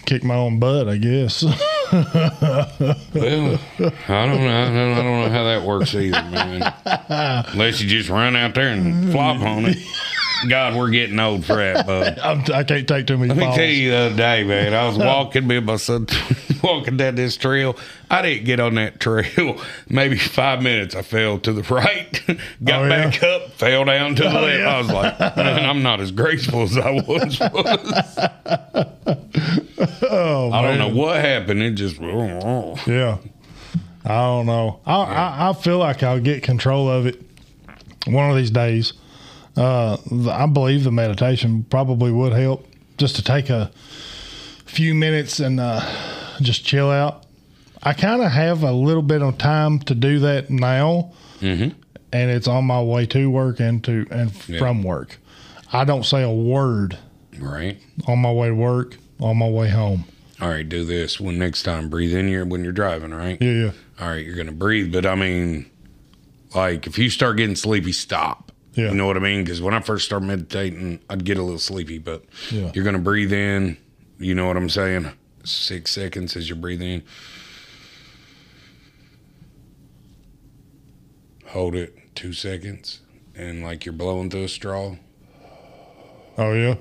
A: kick my own butt. I guess.
B: Well, I don't know. I don't, I don't know how that works either, man. Unless you just run out there and flop on it. God, we're getting old for that, bud.
A: I'm, I can't take too many.
B: Let me
A: falls.
B: tell you the other day, man. I was walking, me and my son walking down this trail. I didn't get on that trail. Maybe five minutes. I fell to the right, got
A: Oh, yeah? Oh,
B: back up, fell down to the left.
A: yeah.
B: I was like, man, I'm not as graceful as I once was.
A: Oh,
B: I
A: man.
B: don't know what happened. It just. Yeah.
A: Yeah. I don't know. I, I, I feel like I'll get control of it one of these days. Uh, th- I believe the meditation probably would help just to take a few minutes and uh, just chill out. I kind of have a little bit of time to do that now, Mm-hmm. and it's on my way to work and to and
B: Yeah.
A: from work. I don't say a word
B: Right.
A: on my way to work, on my way home.
B: All right, do this. When next time, breathe in your when you're driving, all right?
A: Yeah, yeah,
B: All right, you're gonna breathe, but I mean, like if you start getting sleepy, stop.
A: Yeah.
B: You know what I mean? Because when I first started meditating, I'd get a little sleepy, but
A: Yeah.
B: you're gonna breathe in. You know what I'm saying? Six seconds as you're breathing in. hold it two seconds, and like you're blowing through a straw.
A: Oh yeah,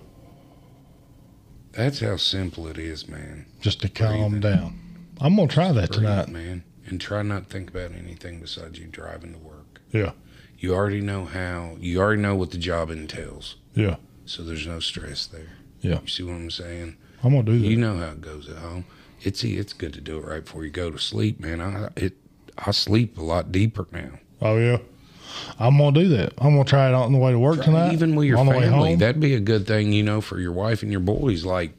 B: That's how simple it is, man.
A: just to calm down. I'm gonna try that
B: Breathe,
A: tonight.
B: man, and try not to think about anything besides you driving to work.
A: Yeah,
B: You already know how. You already know what the job entails,
A: yeah,
B: so there's no stress there.
A: Yeah.
B: You see what I'm saying?
A: I'm gonna do that.
B: You know how it goes at home. It's it's good to do it right before you go to sleep, man. I it I sleep a lot deeper now.
A: oh yeah, I'm gonna do that. I'm gonna try it on the way to work tonight.
B: Even with your
A: on the way
B: family,
A: home.
B: that'd be a good thing, you know, for your wife and your boys. Like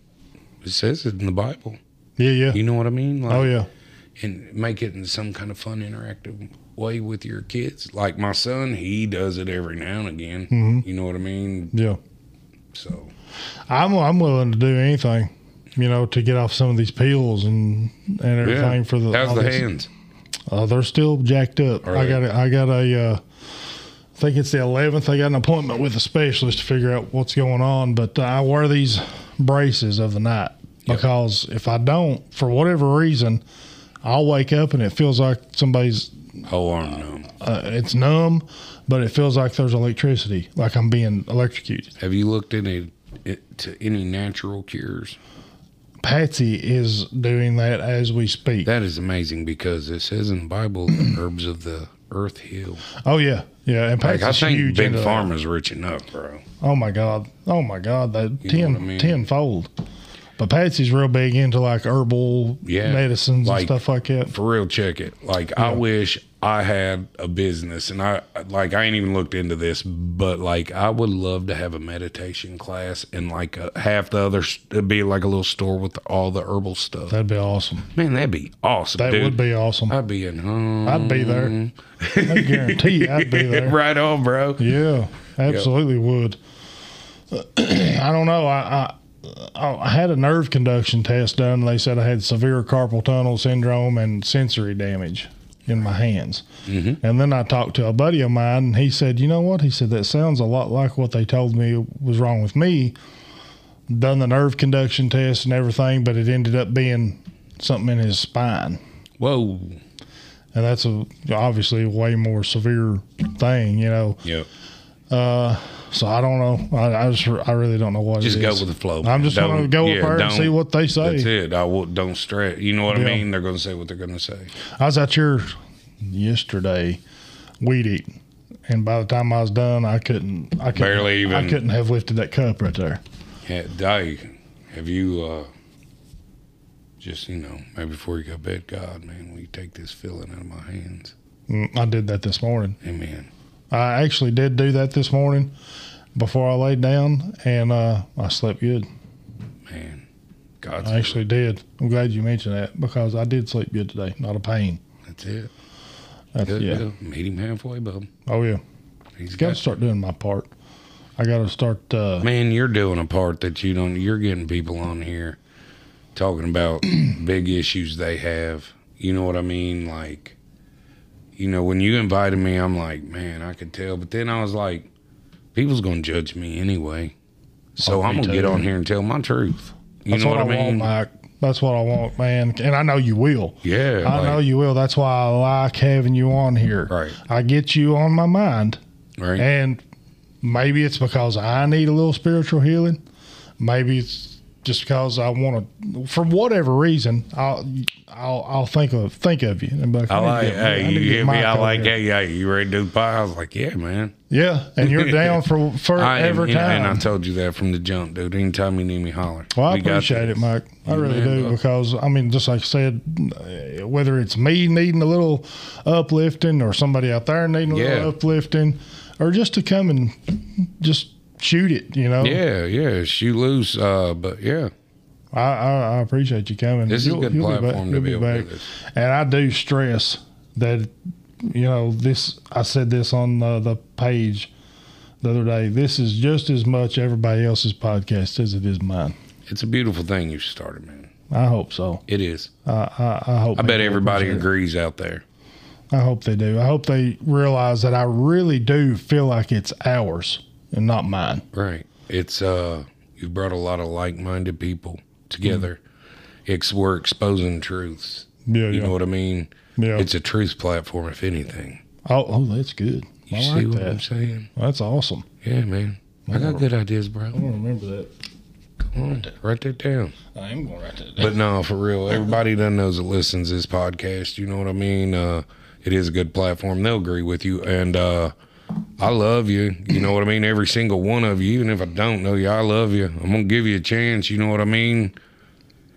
B: it says it in the Bible.
A: yeah, yeah.
B: You know what I mean? Like,
A: oh yeah,
B: And make it in some kind of fun, interactive way with your kids. Like my son, he does it every now and again.
A: Mm-hmm.
B: You know what I mean?
A: yeah.
B: So
A: I'm I'm willing to do anything, you know, to get off some of these pills and and everything
B: yeah.
A: for the.
B: How's
A: all
B: the
A: this-
B: hands?
A: Uh, they're still jacked up.
B: Are
A: I
B: they?
A: got a, I got a. Uh, I think it's the eleventh. I got an appointment with a specialist to figure out what's going on. But uh, I wear these braces of the night because if I don't, for whatever reason, I'll wake up and it feels like somebody's.
B: Whole arm Oh, numb.
A: Uh, it's numb, but it feels like there's electricity, like I'm being electrocuted.
B: Have you looked into it, to any natural cures?
A: Patsy is doing that as we speak.
B: That is amazing because it says in the Bible, the herbs of the earth heal.
A: oh yeah, yeah. And
B: Like,
A: Patsy's
B: I think
A: huge uh,
B: Big
A: into that.
B: Pharma's rich enough, bro.
A: Oh my god. Oh my god. That
B: You know
A: ten
B: what I mean?
A: tenfold. But Patsy's real big into like herbal
B: Yeah,
A: medicines
B: like-
A: and stuff like that.
B: For real, check it. Like, I wish I had a business, and I like I ain't even looked into this, but like I would love to have a meditation class and like a, half the other s- it'd be like a little store with all the herbal stuff.
A: That'd be awesome.
B: Man, that'd be awesome.
A: That
B: dude.
A: would be awesome.
B: I'd be in. home.
A: I'd be there.
B: Mm-hmm.
A: I guarantee you I'd be there.
B: right on, bro.
A: Yeah, absolutely would. I don't know. I, I I had a nerve conduction test done. They said I had severe carpal tunnel syndrome and sensory damage in my hands. And then I talked to a buddy of mine, and he said, "You know what?" He said that sounds a lot like what they told me was wrong with me. Done the nerve conduction test and everything, but it ended up being something in his spine
B: Whoa.
A: and that's a obviously a way more severe thing, you know.
B: Yep.
A: So I don't know. I, I just I really don't know what.
B: Just
A: it
B: go
A: is.
B: with the flow.
A: I'm just
B: man.
A: gonna
B: Don't-
A: go up
B: yeah,
A: there and
B: don't-
A: see what they say.
B: That's it. I will, don't stress. You know what I
A: Yeah.
B: mean? They're going to say what they're going to say.
A: I was out here yesterday weed eating, and by the time I was done, I couldn't. I couldn't,
B: Barely even-
A: I couldn't have lifted that cup right there.
B: Yeah, Di, have you uh, just you know maybe before you go to bed, God, man, will you take this feeling out of my hands?
A: Mm, I did that this morning.
B: Amen.
A: I actually did do that this morning before I laid down, and uh, I slept good.
B: Man, God's
A: I actually did. I'm glad you mentioned that because I did sleep good today. Not a pain.
B: That's it.
A: That's,
B: Good
A: yeah.
B: deal. Meet him halfway, bub.
A: Oh yeah.
B: He's
A: Got to
B: got.
A: start doing my part. I got to start. Uh,
B: Man, you're doing a part that you don't. You're getting people on here talking about big issues they have. You know what I mean? Like, you know, when you invited me, I'm like, man, I could tell. But then I was like, people's gonna judge me anyway, so
A: Oh,
B: I'm
A: me
B: gonna get
A: too.
B: on here and tell my truth. You
A: that's
B: know
A: what,
B: what,
A: I,
B: I mean?
A: want, Mike. That's what I want, man. And I know you will.
B: yeah,
A: I know you will. That's why I like having you on here.
B: Right.
A: I get you on my mind,
B: right?
A: and maybe it's because I need a little spiritual healing. Maybe it's just because I want to, for whatever reason, I'll I'll, I'll think of think of you. And be like,
B: I
A: need to
B: like,
A: get-
B: hey,
A: need to
B: you
A: get
B: hear me?
A: Mike
B: I
A: on
B: like,
A: here.
B: hey, hey, you ready to do the pie? I was like, yeah, man.
A: Yeah, and you're down for for
B: I am,
A: every
B: and,
A: time.
B: and I told you that from the jump, dude. Anytime you need me, holler.
A: Well, I
B: We got
A: appreciate it,
B: this.
A: Mike. I
B: You
A: really
B: man,
A: do
B: bro.
A: because I mean, just like I said, uh, whether it's me needing a little uplifting or somebody out there needing a
B: Yeah.
A: little uplifting, or just to come and just shoot it, you know.
B: Yeah, yeah, shoot loose. Uh, but yeah,
A: I, I, I appreciate you coming.
B: this
A: You'll-
B: is a good
A: you'll be back-
B: platform to
A: you'll
B: be able to
A: back.
B: do this.
A: And I do stress that, you know, this, I said this on the, the page the other day. This is just as much everybody else's podcast as it is mine.
B: It's a beautiful thing you started, man.
A: I hope so.
B: It is.
A: I, I, I hope.
B: I bet
A: people
B: everybody
A: appreciate it.
B: agrees out there.
A: I hope they do. I hope they realize that I really do feel like it's ours and not mine.
B: Right. It's uh, you brought a lot of like-minded people together.
A: Mm.
B: It's we're exposing truths.
A: Yeah,
B: You know what I mean?
A: yeah.
B: It's a truth platform, if anything.
A: Oh, oh, that's good.
B: You
A: I
B: see
A: like
B: what I'm
A: that.
B: saying?
A: That's awesome.
B: Yeah, man. I got good ideas,
A: I'm
B: bro.
A: gonna remember that.
B: Come on, write that down.
A: I am gonna write that down.
B: But no, for real, everybody done knows that listens to this podcast. You know what I mean? Uh, it is a good platform. They'll agree with you. And uh, I love you. You know what I mean? Every single one of you. Even if I don't know you, I love you. I'm going to give you a chance. You know what I mean?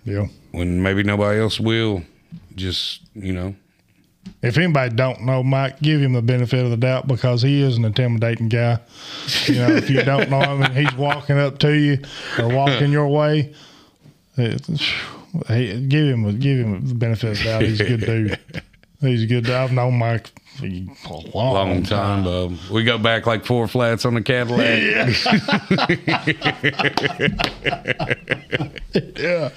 A: Yeah.
B: When maybe nobody else will. Just, you know,
A: If anybody don't know Mike, give him the benefit of the doubt because he is an intimidating guy. You know, if you don't know him and he's walking up to you or walking your way, it's, he, give him give him the benefit of the doubt. He's a good dude. He's a good. dude. I've known Mike for a long,
B: long
A: time.
B: time, Bob. We go back like four flats on the Cadillac.
A: Yeah.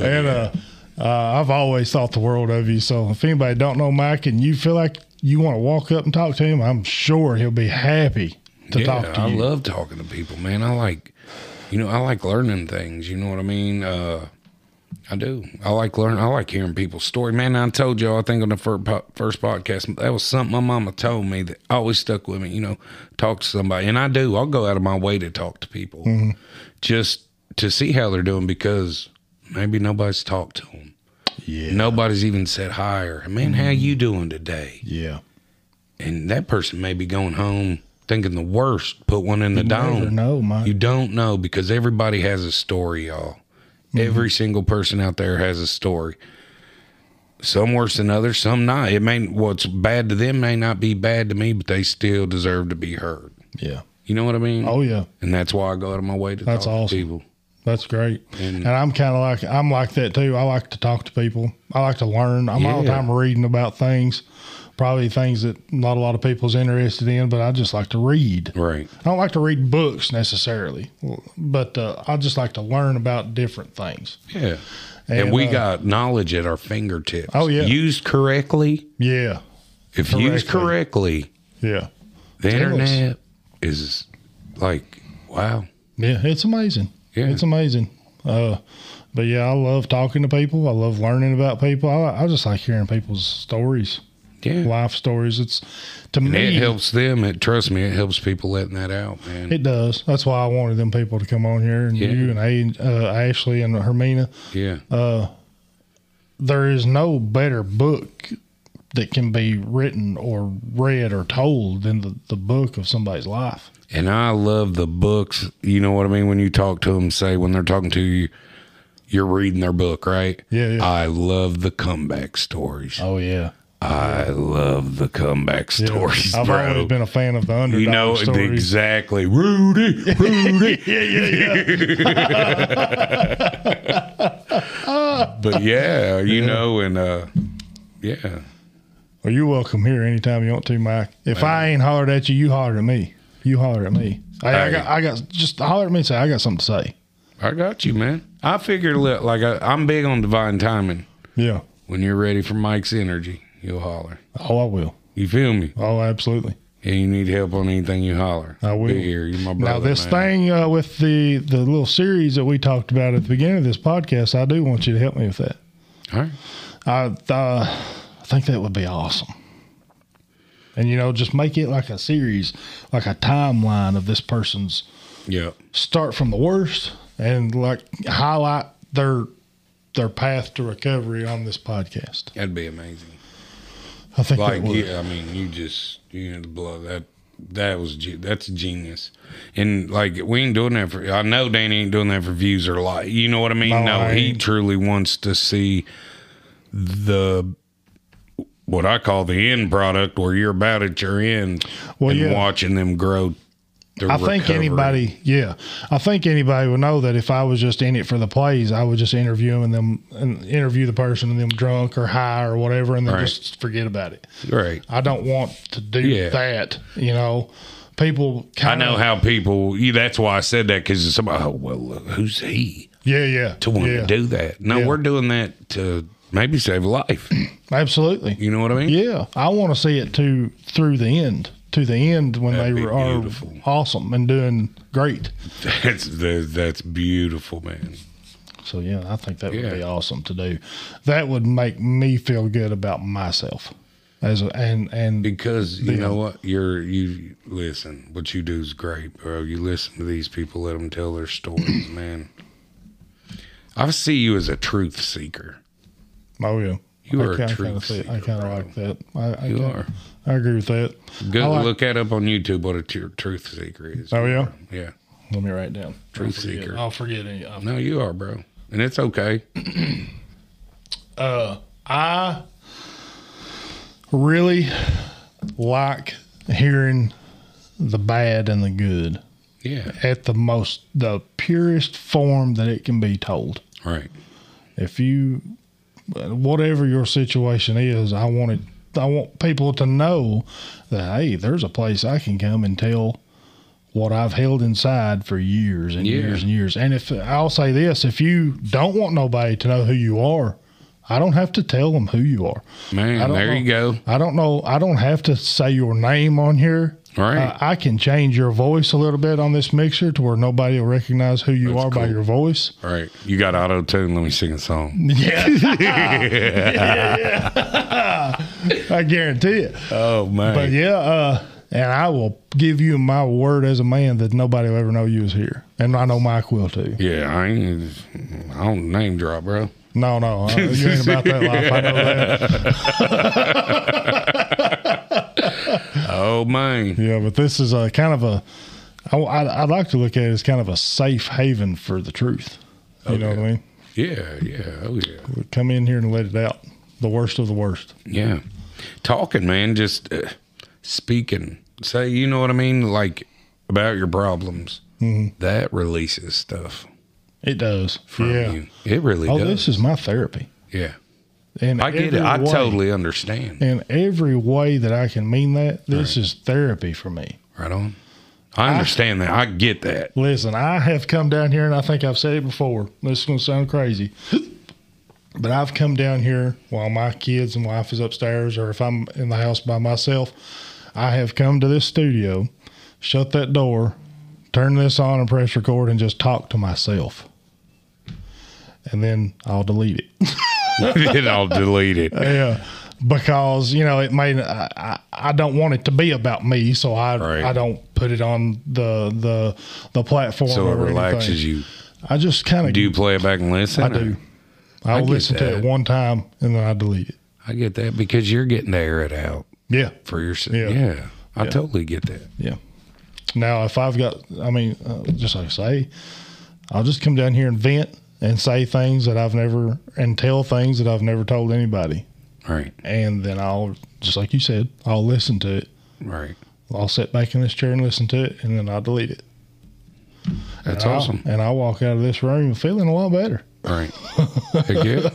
A: and uh, uh, I've always thought the world of you. So if anybody don't know Mike and you feel like you want to walk up and talk to him, I'm sure he'll be happy to talk to
B: I
A: you.
B: love talking to people, man. I like, you know, I like learning things. You know what I mean? Uh, I do. I like learning. I like hearing people's story, man. I told y'all, I think on the first, po- first podcast, that was something my mama told me that always stuck with me. You know, talk to somebody, and I do. I'll go out of my way to talk to people,
A: Mm-hmm.
B: just to see how they're doing because maybe nobody's talked to them.
A: yeah. Mm-hmm.
B: Nobody's even said hi or, man, how you doing today?
A: Yeah.
B: and that person may be going home thinking the worst. Put one in the
A: Never
B: dome.
A: know,
B: You
A: Mike.
B: don't know because everybody has a story, y'all.
A: Mm-hmm.
B: Every single person out there has a story. Some worse than others, some not. It may what's bad to them may not be bad to me, but they still deserve to be heard.
A: Yeah.
B: You know what I mean?
A: Oh yeah.
B: And that's why I go out of my way to
A: That's
B: talk to
A: awesome.
B: people.
A: That's great. And, I'm kind of like I'm like that too. I like to talk to people. I like to learn. I'm all the
B: Yeah.
A: time reading about things, probably things that not a lot of people's interested in, but I just like to read.
B: Right.
A: I don't like to read books necessarily, but uh, I just like to learn about different things.
B: Yeah. And, we
A: uh,
B: got knowledge at our fingertips.
A: Oh, yeah.
B: Used correctly.
A: yeah,
B: If used correctly,
A: yeah,
B: the
A: Tell us.
B: internet is like wow
A: yeah. It's amazing.
B: Yeah.
A: It's amazing. Uh, but yeah, I love talking to people. I love learning about people. I, I just like hearing people's stories,
B: yeah
A: life stories. It's to
B: And
A: me,
B: it helps them it trust me it helps people letting that out man
A: It does. That's why I wanted them people to come on here and
B: Yeah.
A: you and A, uh, Ashley and Hermina.
B: yeah
A: uh, There is no better book that can be written or read or told than the, the book of somebody's life.
B: and i love the books you know what i mean when you talk to them say when they're talking to you you're reading their book right
A: Yeah, yeah.
B: i love the comeback stories
A: Oh yeah.
B: i love the comeback stories
A: I've
B: bro
A: always been a fan of the underdog
B: you know
A: stories.
B: exactly rudy rudy
A: yeah, yeah, yeah.
B: but yeah you know and uh yeah
A: well, you're welcome here anytime you want to, Mike. If I ain't hollered at you, you hollered at me. You hollered at me. Hey, I
B: Hey.
A: got, I got, just holler at me and say, I got something to say.
B: I got you, man. I figure, look, like I, I'm big on divine timing.
A: Yeah.
B: When you're ready for Mike's energy, you'll holler.
A: Oh, I will.
B: You feel me?
A: Oh, absolutely.
B: And you need help on anything, you holler.
A: I will.
B: Be here. You're my brother.
A: now this
B: man.
A: thing uh, with the the little series that we talked about at the beginning of this podcast, I do want you to help me with that.
B: All right.
A: I uh, I think that would be awesome. And you know, just make it like a series, like a timeline of this person's
B: Yeah.
A: start from the worst and like highlight their their path to recovery on this podcast.
B: That'd be amazing.
A: I think
B: Like,
A: that would.
B: yeah, I mean, you just, you know, blow that. That was ge- that's genius, and like we ain't doing that for. I know Danny ain't doing that for views or like you know what I mean.
A: No,
B: No,
A: I
B: he
A: ain't.
B: truly wants to see the what I call the end product, where you're about at your end
A: Well,
B: and
A: yeah.
B: watching them grow. through
A: I think
B: recovery.
A: anybody, yeah, I think anybody would know that if I was just in it for the plays, I would just interview 'em and them and interview the person and them drunk or high or whatever, and then
B: Right.
A: just forget about it.
B: right?
A: I don't want to do
B: Yeah.
A: that. You know, people.
B: I
A: Kinda,
B: know how people. you- That's why I said that because somebody. Oh well, look, who's he
A: Yeah, yeah.
B: to want
A: yeah,
B: to do that? No,
A: Yeah.
B: we're doing that to maybe save a life.
A: absolutely.
B: You know what I mean?
A: Yeah, I want to see it to through the end, to the end when
B: That'd
A: they
B: be
A: are
B: beautiful.
A: awesome and doing great.
B: That's that, that's beautiful, man.
A: So yeah, I think that would
B: Yeah.
A: be awesome to do. That would make me feel good about myself. as a, and and
B: Because you
A: Yeah.
B: know what? You're you listen. What you do is great, bro. You listen to these people, let them tell their stories, man. I see you as a truth seeker.
A: oh yeah,
B: You
A: I
B: are a
A: kinda-
B: truth
A: kinda see- I
B: seeker,
A: kind
B: bro.
A: of like that. I, I
B: You
A: kinda-
B: are.
A: I agree with that.
B: Go
A: I like-
B: look that up on YouTube. What a tru- truth seeker is.
A: Oh yeah,
B: Yeah.
A: let me write down.
B: Truth
A: I'll forget-
B: seeker.
A: I'll forget any. I'll
B: No, you are, bro, and it's okay.
A: uh, I really like hearing the bad and the good
B: Yeah.
A: at the most the purest form that it can be told.
B: Right.
A: If you whatever your situation is, I want it I want people to know that hey, there's a place I can come and tell what I've held inside for years and
B: Yeah.
A: years and years. And if I'll say this, if you don't want nobody to know who you are, I don't have to tell them who you are. I
B: Man,
A: don't
B: there
A: know.
B: you go.
A: I don't know. I don't have to say your name on here.
B: Right.
A: Uh, I can change your voice a little bit on this mixer to where nobody will recognize who you
B: That's
A: are by
B: cool.
A: your voice.
B: All right. You got auto tune. Let me sing a song.
A: Yeah. I guarantee it.
B: Oh man.
A: But yeah, uh, and I will give you my word as a man that nobody will ever know you was here. And I know Mike will too.
B: yeah. I ain't. I don't name drop, bro.
A: No, no. uh, you ain't about that life. I know that.
B: Oh man.
A: Yeah, but this is a kind of a. I, I, I'd like to look at it as kind of a safe haven for the truth. You know what I mean?
B: Yeah. Yeah. Oh yeah.
A: Come in here and let it out. The worst of the worst.
B: Yeah. Talking, man, just uh, speaking. Say, you know what I mean? Like about your problems.
A: Mm-hmm.
B: That releases stuff
A: It does.
B: from
A: yeah.
B: you. It really
A: Oh,
B: does.
A: this is my therapy.
B: yeah.
A: And
B: I get it. I totally understand.
A: in every way that I can mean that, this is therapy for me.
B: Right on. I understand that. I get that.
A: Listen, I have come down here, and I think I've said it before. This is going to sound crazy, but I've come down here while my kids and wife is upstairs, or if I'm in the house by myself, I have come to this studio, shut that door, turn this on, and press record, and just talk to myself. And then I'll delete it.
B: then I'll delete it.
A: yeah because you know it may I, I- I don't want it to be about me so i
B: Right.
A: i don't put it on the the the platform
B: So it
A: or
B: relaxes
A: anything.
B: you.
A: i just kind of
B: Do you play it back and listen?
A: i do
B: I
A: i'll
B: get
A: listen to
B: that.
A: it one time and then i delete it
B: I get that because you're getting to air it out
A: yeah
B: for yourself. Yeah.
A: Yeah.
B: I totally get that.
A: yeah now if i've got i mean uh, just like i say i'll just come down here and vent and say things that i've never and tell things that i've never told anybody
B: Right.
A: and then i'll just like you said i'll listen to it
B: Right.
A: I'll sit back in this chair and listen to it, and then I'll delete it.
B: That's
A: And I'll-
B: awesome.
A: And I walk out of this room feeling a lot better.
B: Right. Heck yeah.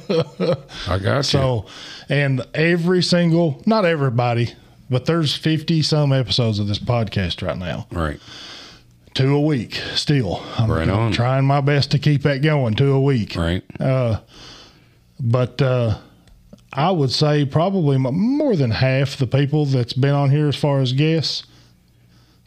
B: I got you.
A: So, and every single, not everybody, but there's 50 some episodes of this podcast right now,
B: right.
A: two a week still. I'm
B: Right on.
A: trying my best to keep that going, two a week. Uh,
B: Right.
A: But uh, I would say probably m- more than half the people that's been on here as far as guests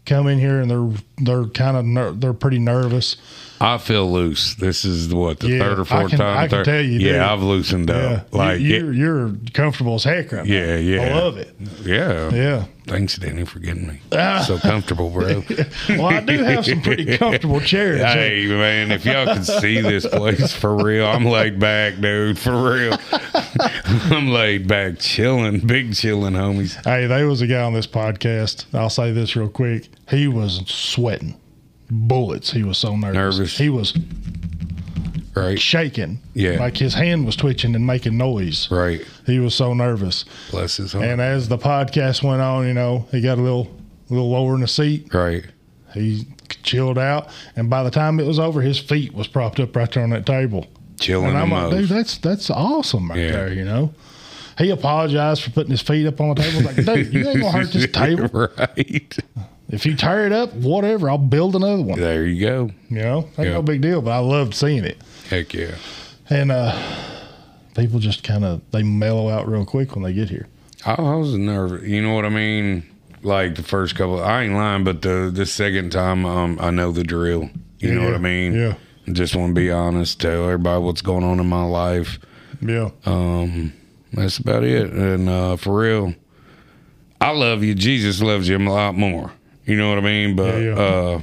A: come in here and they're they're kind of ner- they're pretty nervous.
B: I feel loose. This is what the
A: Yeah,
B: third or
A: I
B: fourth
A: can-
B: time.
A: I can
B: third-
A: tell you
B: Yeah,
A: did.
B: I've loosened
A: Yeah,
B: up. Like,
A: Uh, you,
B: yeah,
A: you're, you're comfortable as heck right now.
B: yeah, yeah.
A: I love it.
B: Yeah.
A: Yeah. Ah.
B: Thanks, Danny, for getting me so comfortable, bro.
A: Well, I do have some pretty comfortable chairs.
B: Hey man, if y'all can see this place for real, I'm laid back, dude. For real, I'm laid back, chilling, big chilling, homies.
A: Hey, there was a guy on this podcast. I'll say this real quick. He was sweating bullets. He was so nervous.
B: Nervous.
A: He was
B: Right,
A: shaking.
B: Yeah.
A: Like his hand was twitching and making noise.
B: right.
A: He was so nervous.
B: Bless his heart.
A: And as the podcast went on, you know, he got a little little lower in the seat.
B: right.
A: He chilled out. And by the time it was over, his feet was propped up right there on that table.
B: Chilling
A: And
B: the
A: I'm like, dude,
B: most.
A: that's that's awesome right
B: Yeah.
A: there, you know. He apologized for putting his feet up on the table. I was like, dude, you ain't gonna hurt this table.
B: right.
A: If you tear it up, whatever, I'll build another one.
B: There you go.
A: You know, ain't
B: Yeah.
A: no big deal. But I loved seeing it,
B: Heck yeah.
A: and uh, people just kind of they mellow out real quick when they get here.
B: I, I was nervous. You know what I mean? Like the first couple, I ain't lying, but the the second time, um, I know the drill. You know
A: Yeah,
B: what I mean?
A: yeah.
B: Just want to be honest, tell everybody what's going on in my life.
A: Yeah,
B: Um, that's about it. And uh, for real, I love you. Jesus loves you a lot more. You know what I mean? But
A: Yeah, yeah.
B: Uh,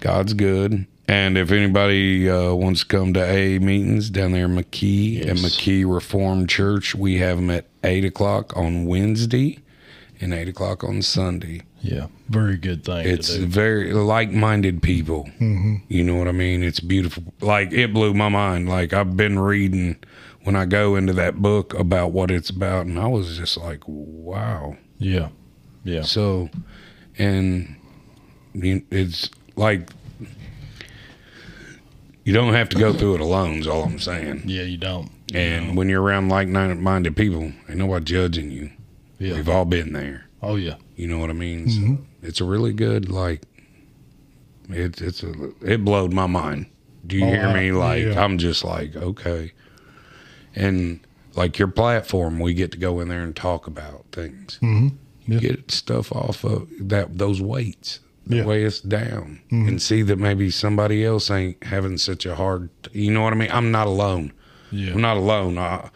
B: God's good. And if anybody uh, wants to come to AA meetings down there in McKee at
A: Yes.
B: McKee Reformed Church, we have them at 8 o'clock on Wednesday and 8 o'clock on Sunday.
A: Yeah, very good thing.
B: It's
A: to do.
B: very like minded people. You know what I mean? It's beautiful. Like, it blew my mind. Like, I've been reading when I go into that book about what it's about, and I was just like, wow.
A: yeah, yeah,
B: So, and you- it's like you don't have to go through it alone. Is all I'm saying.
A: yeah. You don't.
B: And when you're around like-minded people, ain't nobody judging you.
A: Yeah.
B: We've all been there.
A: Oh yeah.
B: You know what I mean? So
A: Mm-hmm.
B: It's a really good like. It, it's a, it blowed my mind. Do you
A: Oh,
B: hear
A: I-
B: me? Like
A: yeah.
B: I'm just like okay, and like your platform, we get to go in there and talk about things.
A: Mhm. Yeah.
B: Get stuff off of that those weights, the
A: Yeah. Mm-hmm.
B: way it's down, and see that maybe somebody else ain't having such a hard. You know what I mean? I'm not alone.
A: Yeah.
B: I'm not alone. I,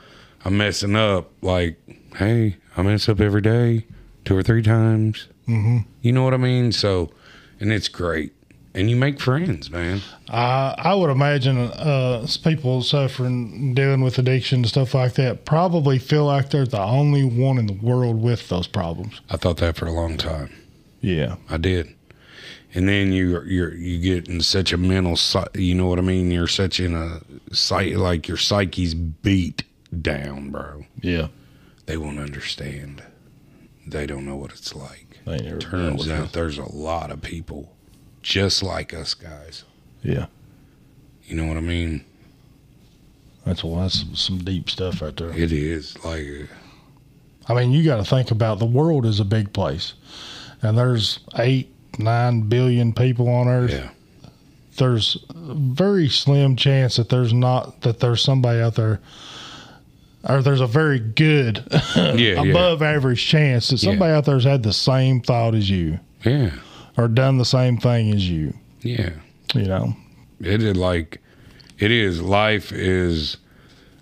B: I'm messing up. Like, hey, I mess up every day, two or three times.
A: Mhm.
B: You know what I mean? So, and it's great. And you make friends, man.
A: I I would imagine uh, s- people suffering, dealing with addiction and stuff like that, probably feel like they're the only one in the world with those problems.
B: I thought that for a long time.
A: Yeah.
B: I did. And then you you you get in such a mental, psy- you know what I mean? You're such in a psych, like your psyche's beat down, bro.
A: Yeah.
B: They won't understand. They don't know what it's like.
A: They never
B: Turns out there's a lot of people just like us guys.
A: Yeah.
B: You know what I mean?
A: That's well, that's some, some deep stuff right there.
B: It is like
A: I mean, you got to think about the world is a big place, and there's eight, nine billion people on Earth.
B: yeah,
A: There's a very slim chance that there's not that there's somebody out there, or there's a very good
B: yeah, yeah,
A: above average chance that somebody out there's had the same thought as you
B: yeah,
A: or done the same thing as you.
B: yeah.
A: You know.
B: It is like it is. Life is.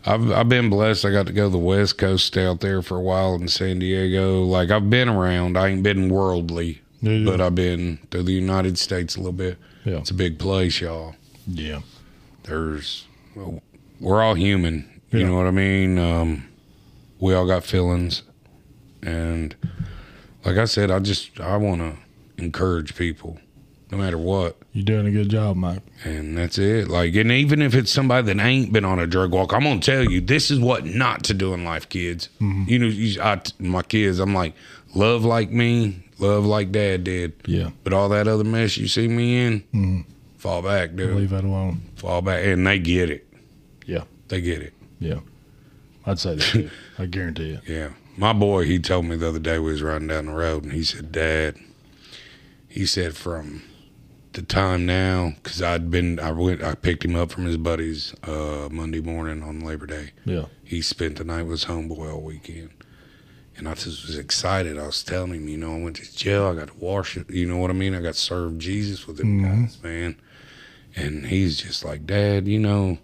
B: I've I've been blessed. I got to go to the West Coast, stay out there for a while in San Diego. Like I've been around. I ain't been worldly,
A: Yeah.
B: but I've been to the United States a little bit.
A: Mm. Yeah.
B: It's a big place, y'all.
A: Yeah.
B: There's we're all human. You
A: Yeah.
B: know what I mean? Um, we all got feelings, and like I said, I just I want to encourage people, no matter what.
A: You're doing a good job, Mike.
B: And that's it. Like, and even if it's somebody that ain't been on a drug walk, I'm gonna tell you this is what not to do in life, kids.
A: Mm-hmm.
B: You know, you, I, my kids, I'm like, love like me, love like Dad did,
A: Yeah.
B: but all that other mess you see me in, fall back, dude,
A: Mm-hmm. Leave that alone.
B: fall back, and they get it.
A: Yeah.
B: They get it.
A: Yeah. I'd say that. Too. I guarantee it.
B: Yeah. My boy, he told me the other day we was riding down the road and he said, Dad, he said, from the time now, because I'd been, I went, I picked him up from his buddies uh, Monday morning on Labor Day.
A: Yeah.
B: He spent the night with his homeboy all weekend. And I just was excited. I was telling him, you know, I went to jail. I got to wash it. You know what I mean? I got served Jesus with them
A: Mhm.
B: guys, man. And he's just like, Dad, you know,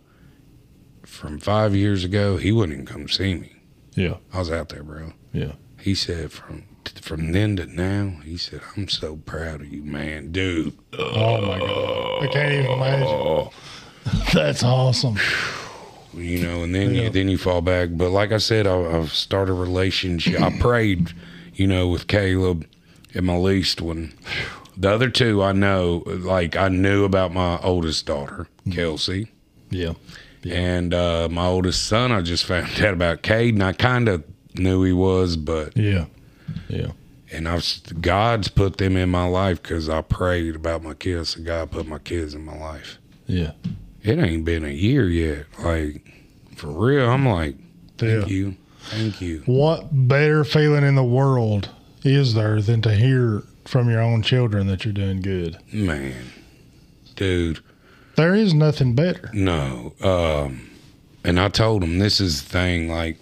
B: from five years ago, he wouldn't even come see me.
A: Yeah.
B: I was out there, bro.
A: Yeah.
B: He said from from then to now, he said, I'm so proud of you, man, dude.
A: Oh my god. I can't even imagine.
B: Oh,
A: That's awesome.
B: you know, and then
A: Yeah.
B: you then you fall back. But like I said, I, I've started a relationship. I prayed, you know, with Caleb and my least one. The other two I know, like I knew about my oldest daughter, Kelsey.
A: Mm-hmm. Yeah.
B: And uh, my oldest son, I just found out about Cade, and I kind of knew he was, but
A: Yeah. Yeah.
B: and I've God's put them in my life because I prayed about my kids, and God put my kids in my life.
A: Yeah.
B: It ain't been a year yet, like for real. I'm like,
A: Yeah.
B: thank you, thank you.
A: What better feeling in the world is there than to hear from your own children that you're doing good?
B: man, dude.
A: There is nothing better.
B: No, um, and I told him this is the thing. Like,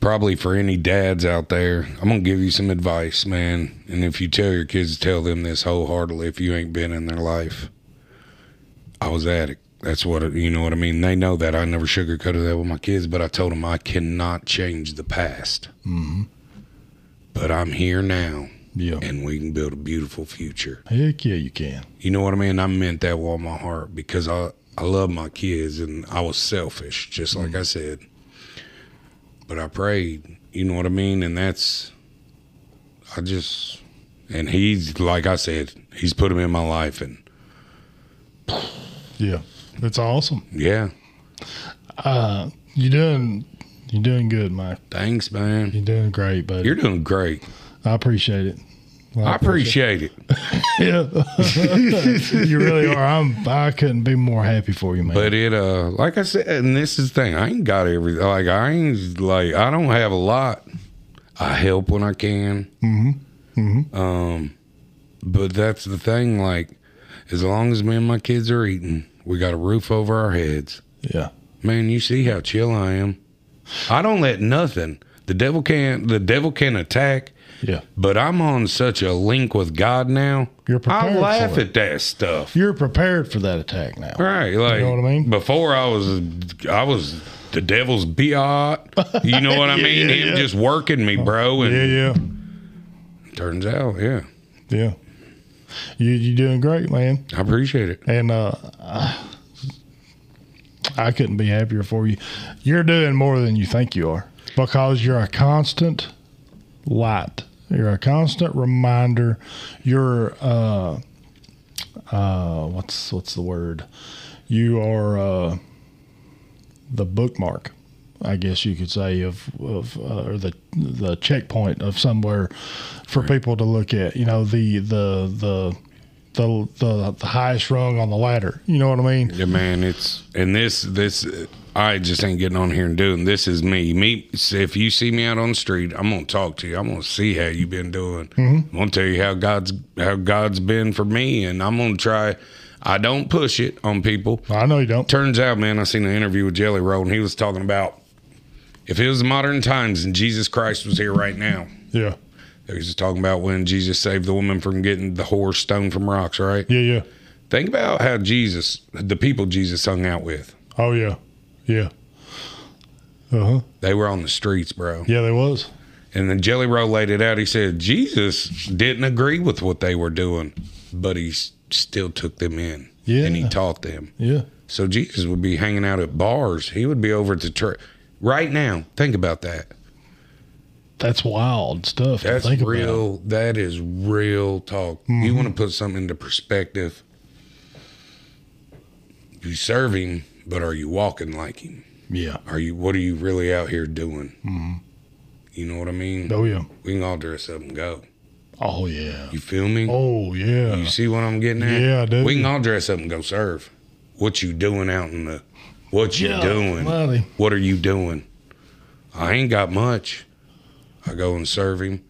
B: probably for any dads out there, I'm gonna give you some advice, man. And if you tell your kids, tell them this wholeheartedly. If you ain't been in their life, I was addict. That's what it- you know what I mean. They know that. I never sugarcoated that with my kids, but I told them I cannot change the past. But I'm here now,
A: Mm-hmm. Yeah.
B: and we can build a beautiful future.
A: Heck yeah, you can.
B: You know what I mean? I meant that with all my heart because I I love my kids and I was selfish, just like I said. But I prayed. You know what I mean? And that's I just and he's like I said, he's put him in my life and
A: Yeah. That's awesome.
B: yeah.
A: You're doing you're doing good, Mike.
B: Thanks, man.
A: You're doing great, buddy.
B: You're doing great.
A: I appreciate it.
B: I appreciate it.
A: Yeah. you really are. I'm I couldn't be more happy for you, man.
B: But it uh like I said, and this is the thing, I ain't got everything like I ain't like I don't have a lot. I help when I can. Mm-hmm. Mm-hmm. Um but that's the thing, like, as long as me and my kids are eating, we got a roof over our heads.
A: yeah.
B: Man, you see how chill I am. I don't let nothing. The devil can't the devil can attack,
A: Yeah.
B: but I'm on such a link with God now.
A: You're
B: I
A: prepared
B: laugh
A: for it.
B: at that stuff.
A: You're prepared for that attack now.
B: Right, like
A: know what I mean?
B: Before I was, I was the devil's biot. You know what I
A: Yeah,
B: mean?
A: yeah,
B: Him
A: yeah.
B: just working me, bro. And
A: Yeah, yeah.
B: turns out, yeah,
A: Yeah. You you doing great, man.
B: I appreciate it.
A: And uh I couldn't be happier for you. You're doing more than you think you are because you're a constant light. You're a constant reminder. You're uh uh what's what's the word? You are uh the bookmark, I guess you could say of of uh, or the the checkpoint of somewhere for people to look at. You know the the the the the, the highest rung on the ladder. You know what I mean?
B: Yeah, man, it's and this this uh, I just ain't getting on here and doing. This is me. Me, if you see me out on the street, I'm gonna talk to you. I'm gonna see how you been doing.
A: Mm-hmm.
B: I'm gonna tell you how God's how God's been for me, and I'm gonna try. I don't push it on people.
A: I know you don't.
B: Turns out, man, I seen an interview with Jelly Roll, and he was talking about if it was modern times and Jesus Christ was here right now.
A: Yeah,
B: He was talking about when Jesus saved the woman from getting the whore stoned from rocks, right?
A: yeah, yeah.
B: Think about how Jesus, the people Jesus hung out with,
A: Oh yeah, yeah. Uh huh.
B: they were on the streets, bro.
A: Yeah, there was.
B: And then Jelly Roll laid it out. He said Jesus didn't agree with what they were doing, but he s- still took them in.
A: Yeah.
B: And he taught them.
A: Yeah,
B: So Jesus would be hanging out at bars. He would be over at the church. Right now, think about that.
A: that's wild stuff.
B: That's
A: to think About. Mm-hmm.
B: real. That is real talk. You want to put something into perspective. You serve him, but are you walking like him?
A: Yeah.
B: Are you? What are you really out here doing?
A: Mm-hmm.
B: You know what I mean?
A: Oh yeah.
B: We can all dress up and go.
A: Oh yeah.
B: You feel me?
A: Oh yeah.
B: You see what I'm getting at?
A: Yeah, I do.
B: We can all dress up and go serve. What you doing out in the? What you
A: Yeah,
B: doing?
A: buddy.
B: What are you doing? I ain't got much. I go and serve him.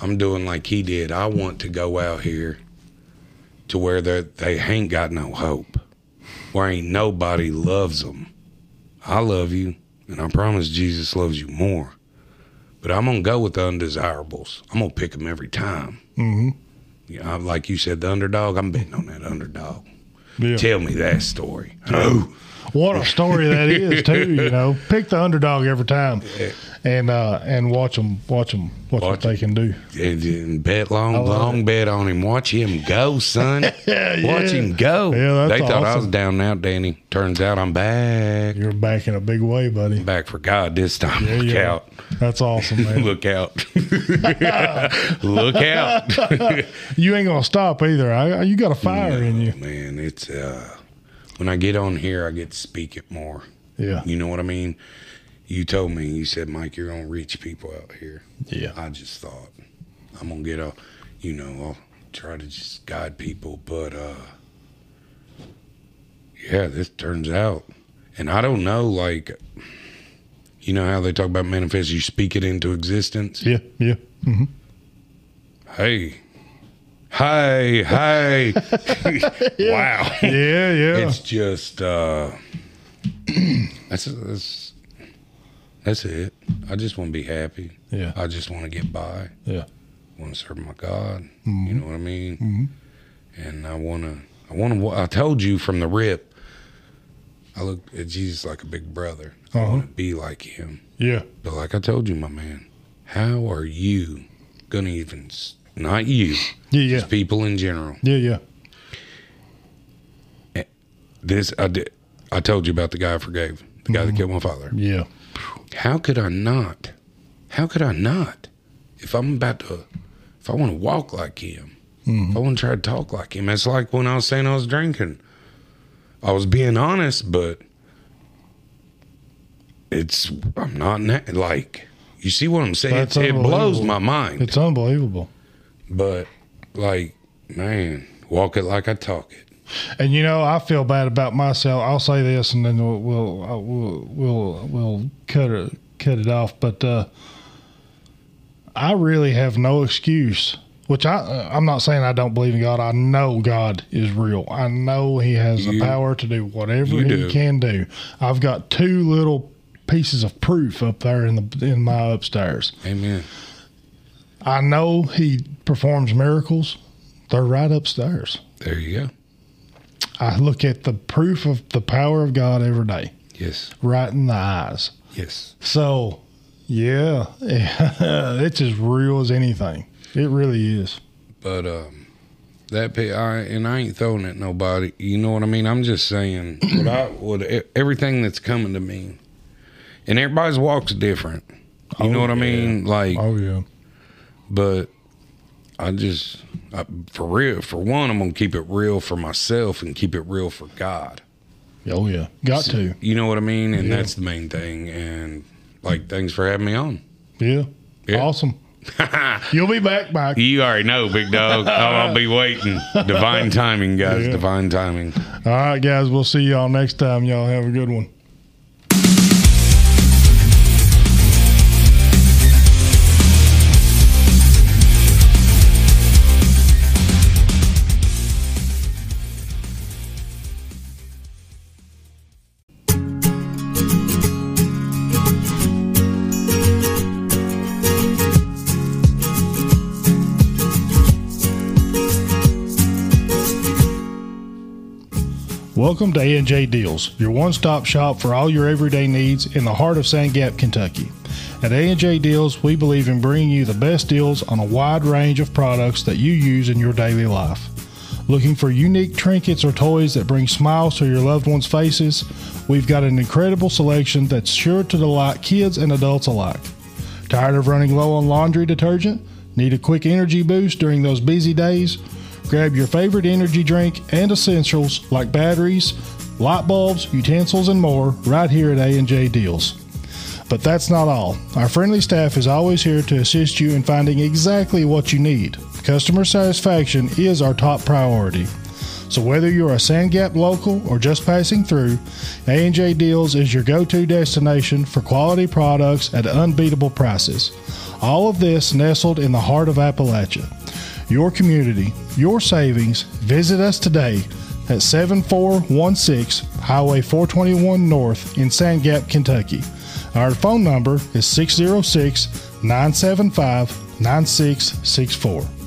B: I'm doing like he did. I want to go out here to where they they ain't got no hope, where ain't nobody loves them. I love you, and I promise Jesus loves you more. But I'm gonna go with the undesirables. I'm gonna pick them every time. Mm-hmm. Yeah, I- like you said, the underdog. I'm betting on that underdog.
A: Yeah.
B: Tell me that story. Oh,
A: what a story that is too you know pick the underdog every time and uh and watch them watch them watch, what
B: Watch
A: they can do
B: and, and bet long,
A: love
B: long bet on him. Watch him go, son. Watch him go.
A: Yeah, that's
B: they thought I was
A: awesome.
B: down and out, Danny. Turns out I'm back.
A: you're back in a big way buddy
B: Back for God this time.
A: There
B: Look
A: you are.
B: out.
A: that's awesome man
B: Look out. Look out.
A: you ain't gonna stop either I, I- you got a fire in you
B: Man, it's uh when I get on here I get to speak it more.
A: yeah
B: You know what I mean? You told me, you said, Mike, you're gonna reach people out here.
A: yeah
B: I just thought I'm gonna get a, you know, I'll try to just guide people, but uh, yeah, this turns out, and I don't know, like, you know how they talk about manifest, you speak it into existence.
A: yeah yeah
B: Hey, hey, hey, wow,
A: yeah yeah
B: it's just uh, that's that's that's it. I just want to be happy.
A: Yeah.
B: I just want to get by.
A: yeah
B: want to serve my God.
A: Mm-hmm.
B: You know what I mean? And I want to, I want to, I told you from the rip, I look at Jesus like a big brother. I
A: Uh-huh.
B: want to be like him.
A: yeah
B: But like I told you, my man, how are you gonna even s- not you,
A: Yeah, yeah,
B: just people in general.
A: yeah, yeah.
B: This I did. I told you about the guy I forgave, the
A: Mm-hmm.
B: guy that killed my father.
A: Yeah.
B: How could I not? How could I not? If I'm about to, if I want to walk like him, if I want to try to talk like him, it's like when I was saying I was drinking. I was being honest, but it's I'm not na- like you see what I'm saying.
A: That's
B: it blows
A: unbelievable.
B: my mind,
A: It's unbelievable.
B: but like man, walk it like I talk it.
A: And you know, I feel bad about myself. I'll say this, and then we'll we'll I- we'll we'll, we'll cut it cut it off. But uh, I really have no excuse. Which I uh, I'm not saying I don't believe in God. I know God is real. I know He has
B: You-
A: the power to do whatever
B: you
A: He
B: do.
A: can do. I've got two little pieces of proof up there in the in my upstairs.
B: Amen.
A: I know He performs miracles. They're right upstairs.
B: There you go.
A: I look at the proof of the power of God every day,
B: Yes.
A: right in the eyes.
B: Yes.
A: So, yeah, it's as real as anything. It really is.
B: But um, that pit, I and I ain't throwing at nobody. You know what I mean? I'm just saying what I what e- everything that's coming to me, and everybody's walks different. You know what I mean? Like,
A: Oh yeah,
B: but I just I, for real. For one, I'm gonna keep it real for myself and keep it real for God.
A: oh yeah, got to.
B: You know what I mean? And
A: Yeah.
B: that's the main thing. And like, thanks for having me on.
A: Yeah,
B: Yeah.
A: awesome. You'll be back, Mike.
B: You already know, big dog. Oh, I'll be waiting. Divine timing, guys.
A: Yeah.
B: Divine timing.
A: All right, guys. We'll see y'all next time. Y'all have a good one. Welcome to A&J Deals, your one-stop shop for all your everyday needs in the heart of Sand Gap, Kentucky. At A&J Deals, we believe in bringing you the best deals on a wide range of products that you use in your daily life. Looking for unique trinkets or toys that bring smiles to your loved ones' faces? We've got an incredible selection that's sure to delight kids and adults alike. Tired of running low on laundry detergent? Need a quick energy boost during those busy days? Grab your favorite energy drink and essentials like batteries, light bulbs, utensils, and more right here at A&J Deals. But that's not all. Our friendly staff is always here to assist you in finding exactly what you need. Customer satisfaction is our top priority. So whether you're a Sand Gap local or just passing through, A&J Deals is your go-to destination for quality products at unbeatable prices. All of this nestled in the heart of Appalachia. Your community, your savings. Visit us today at 7416 Highway 421 North in Sand Gap, Kentucky. Our phone number is 606 975 9664.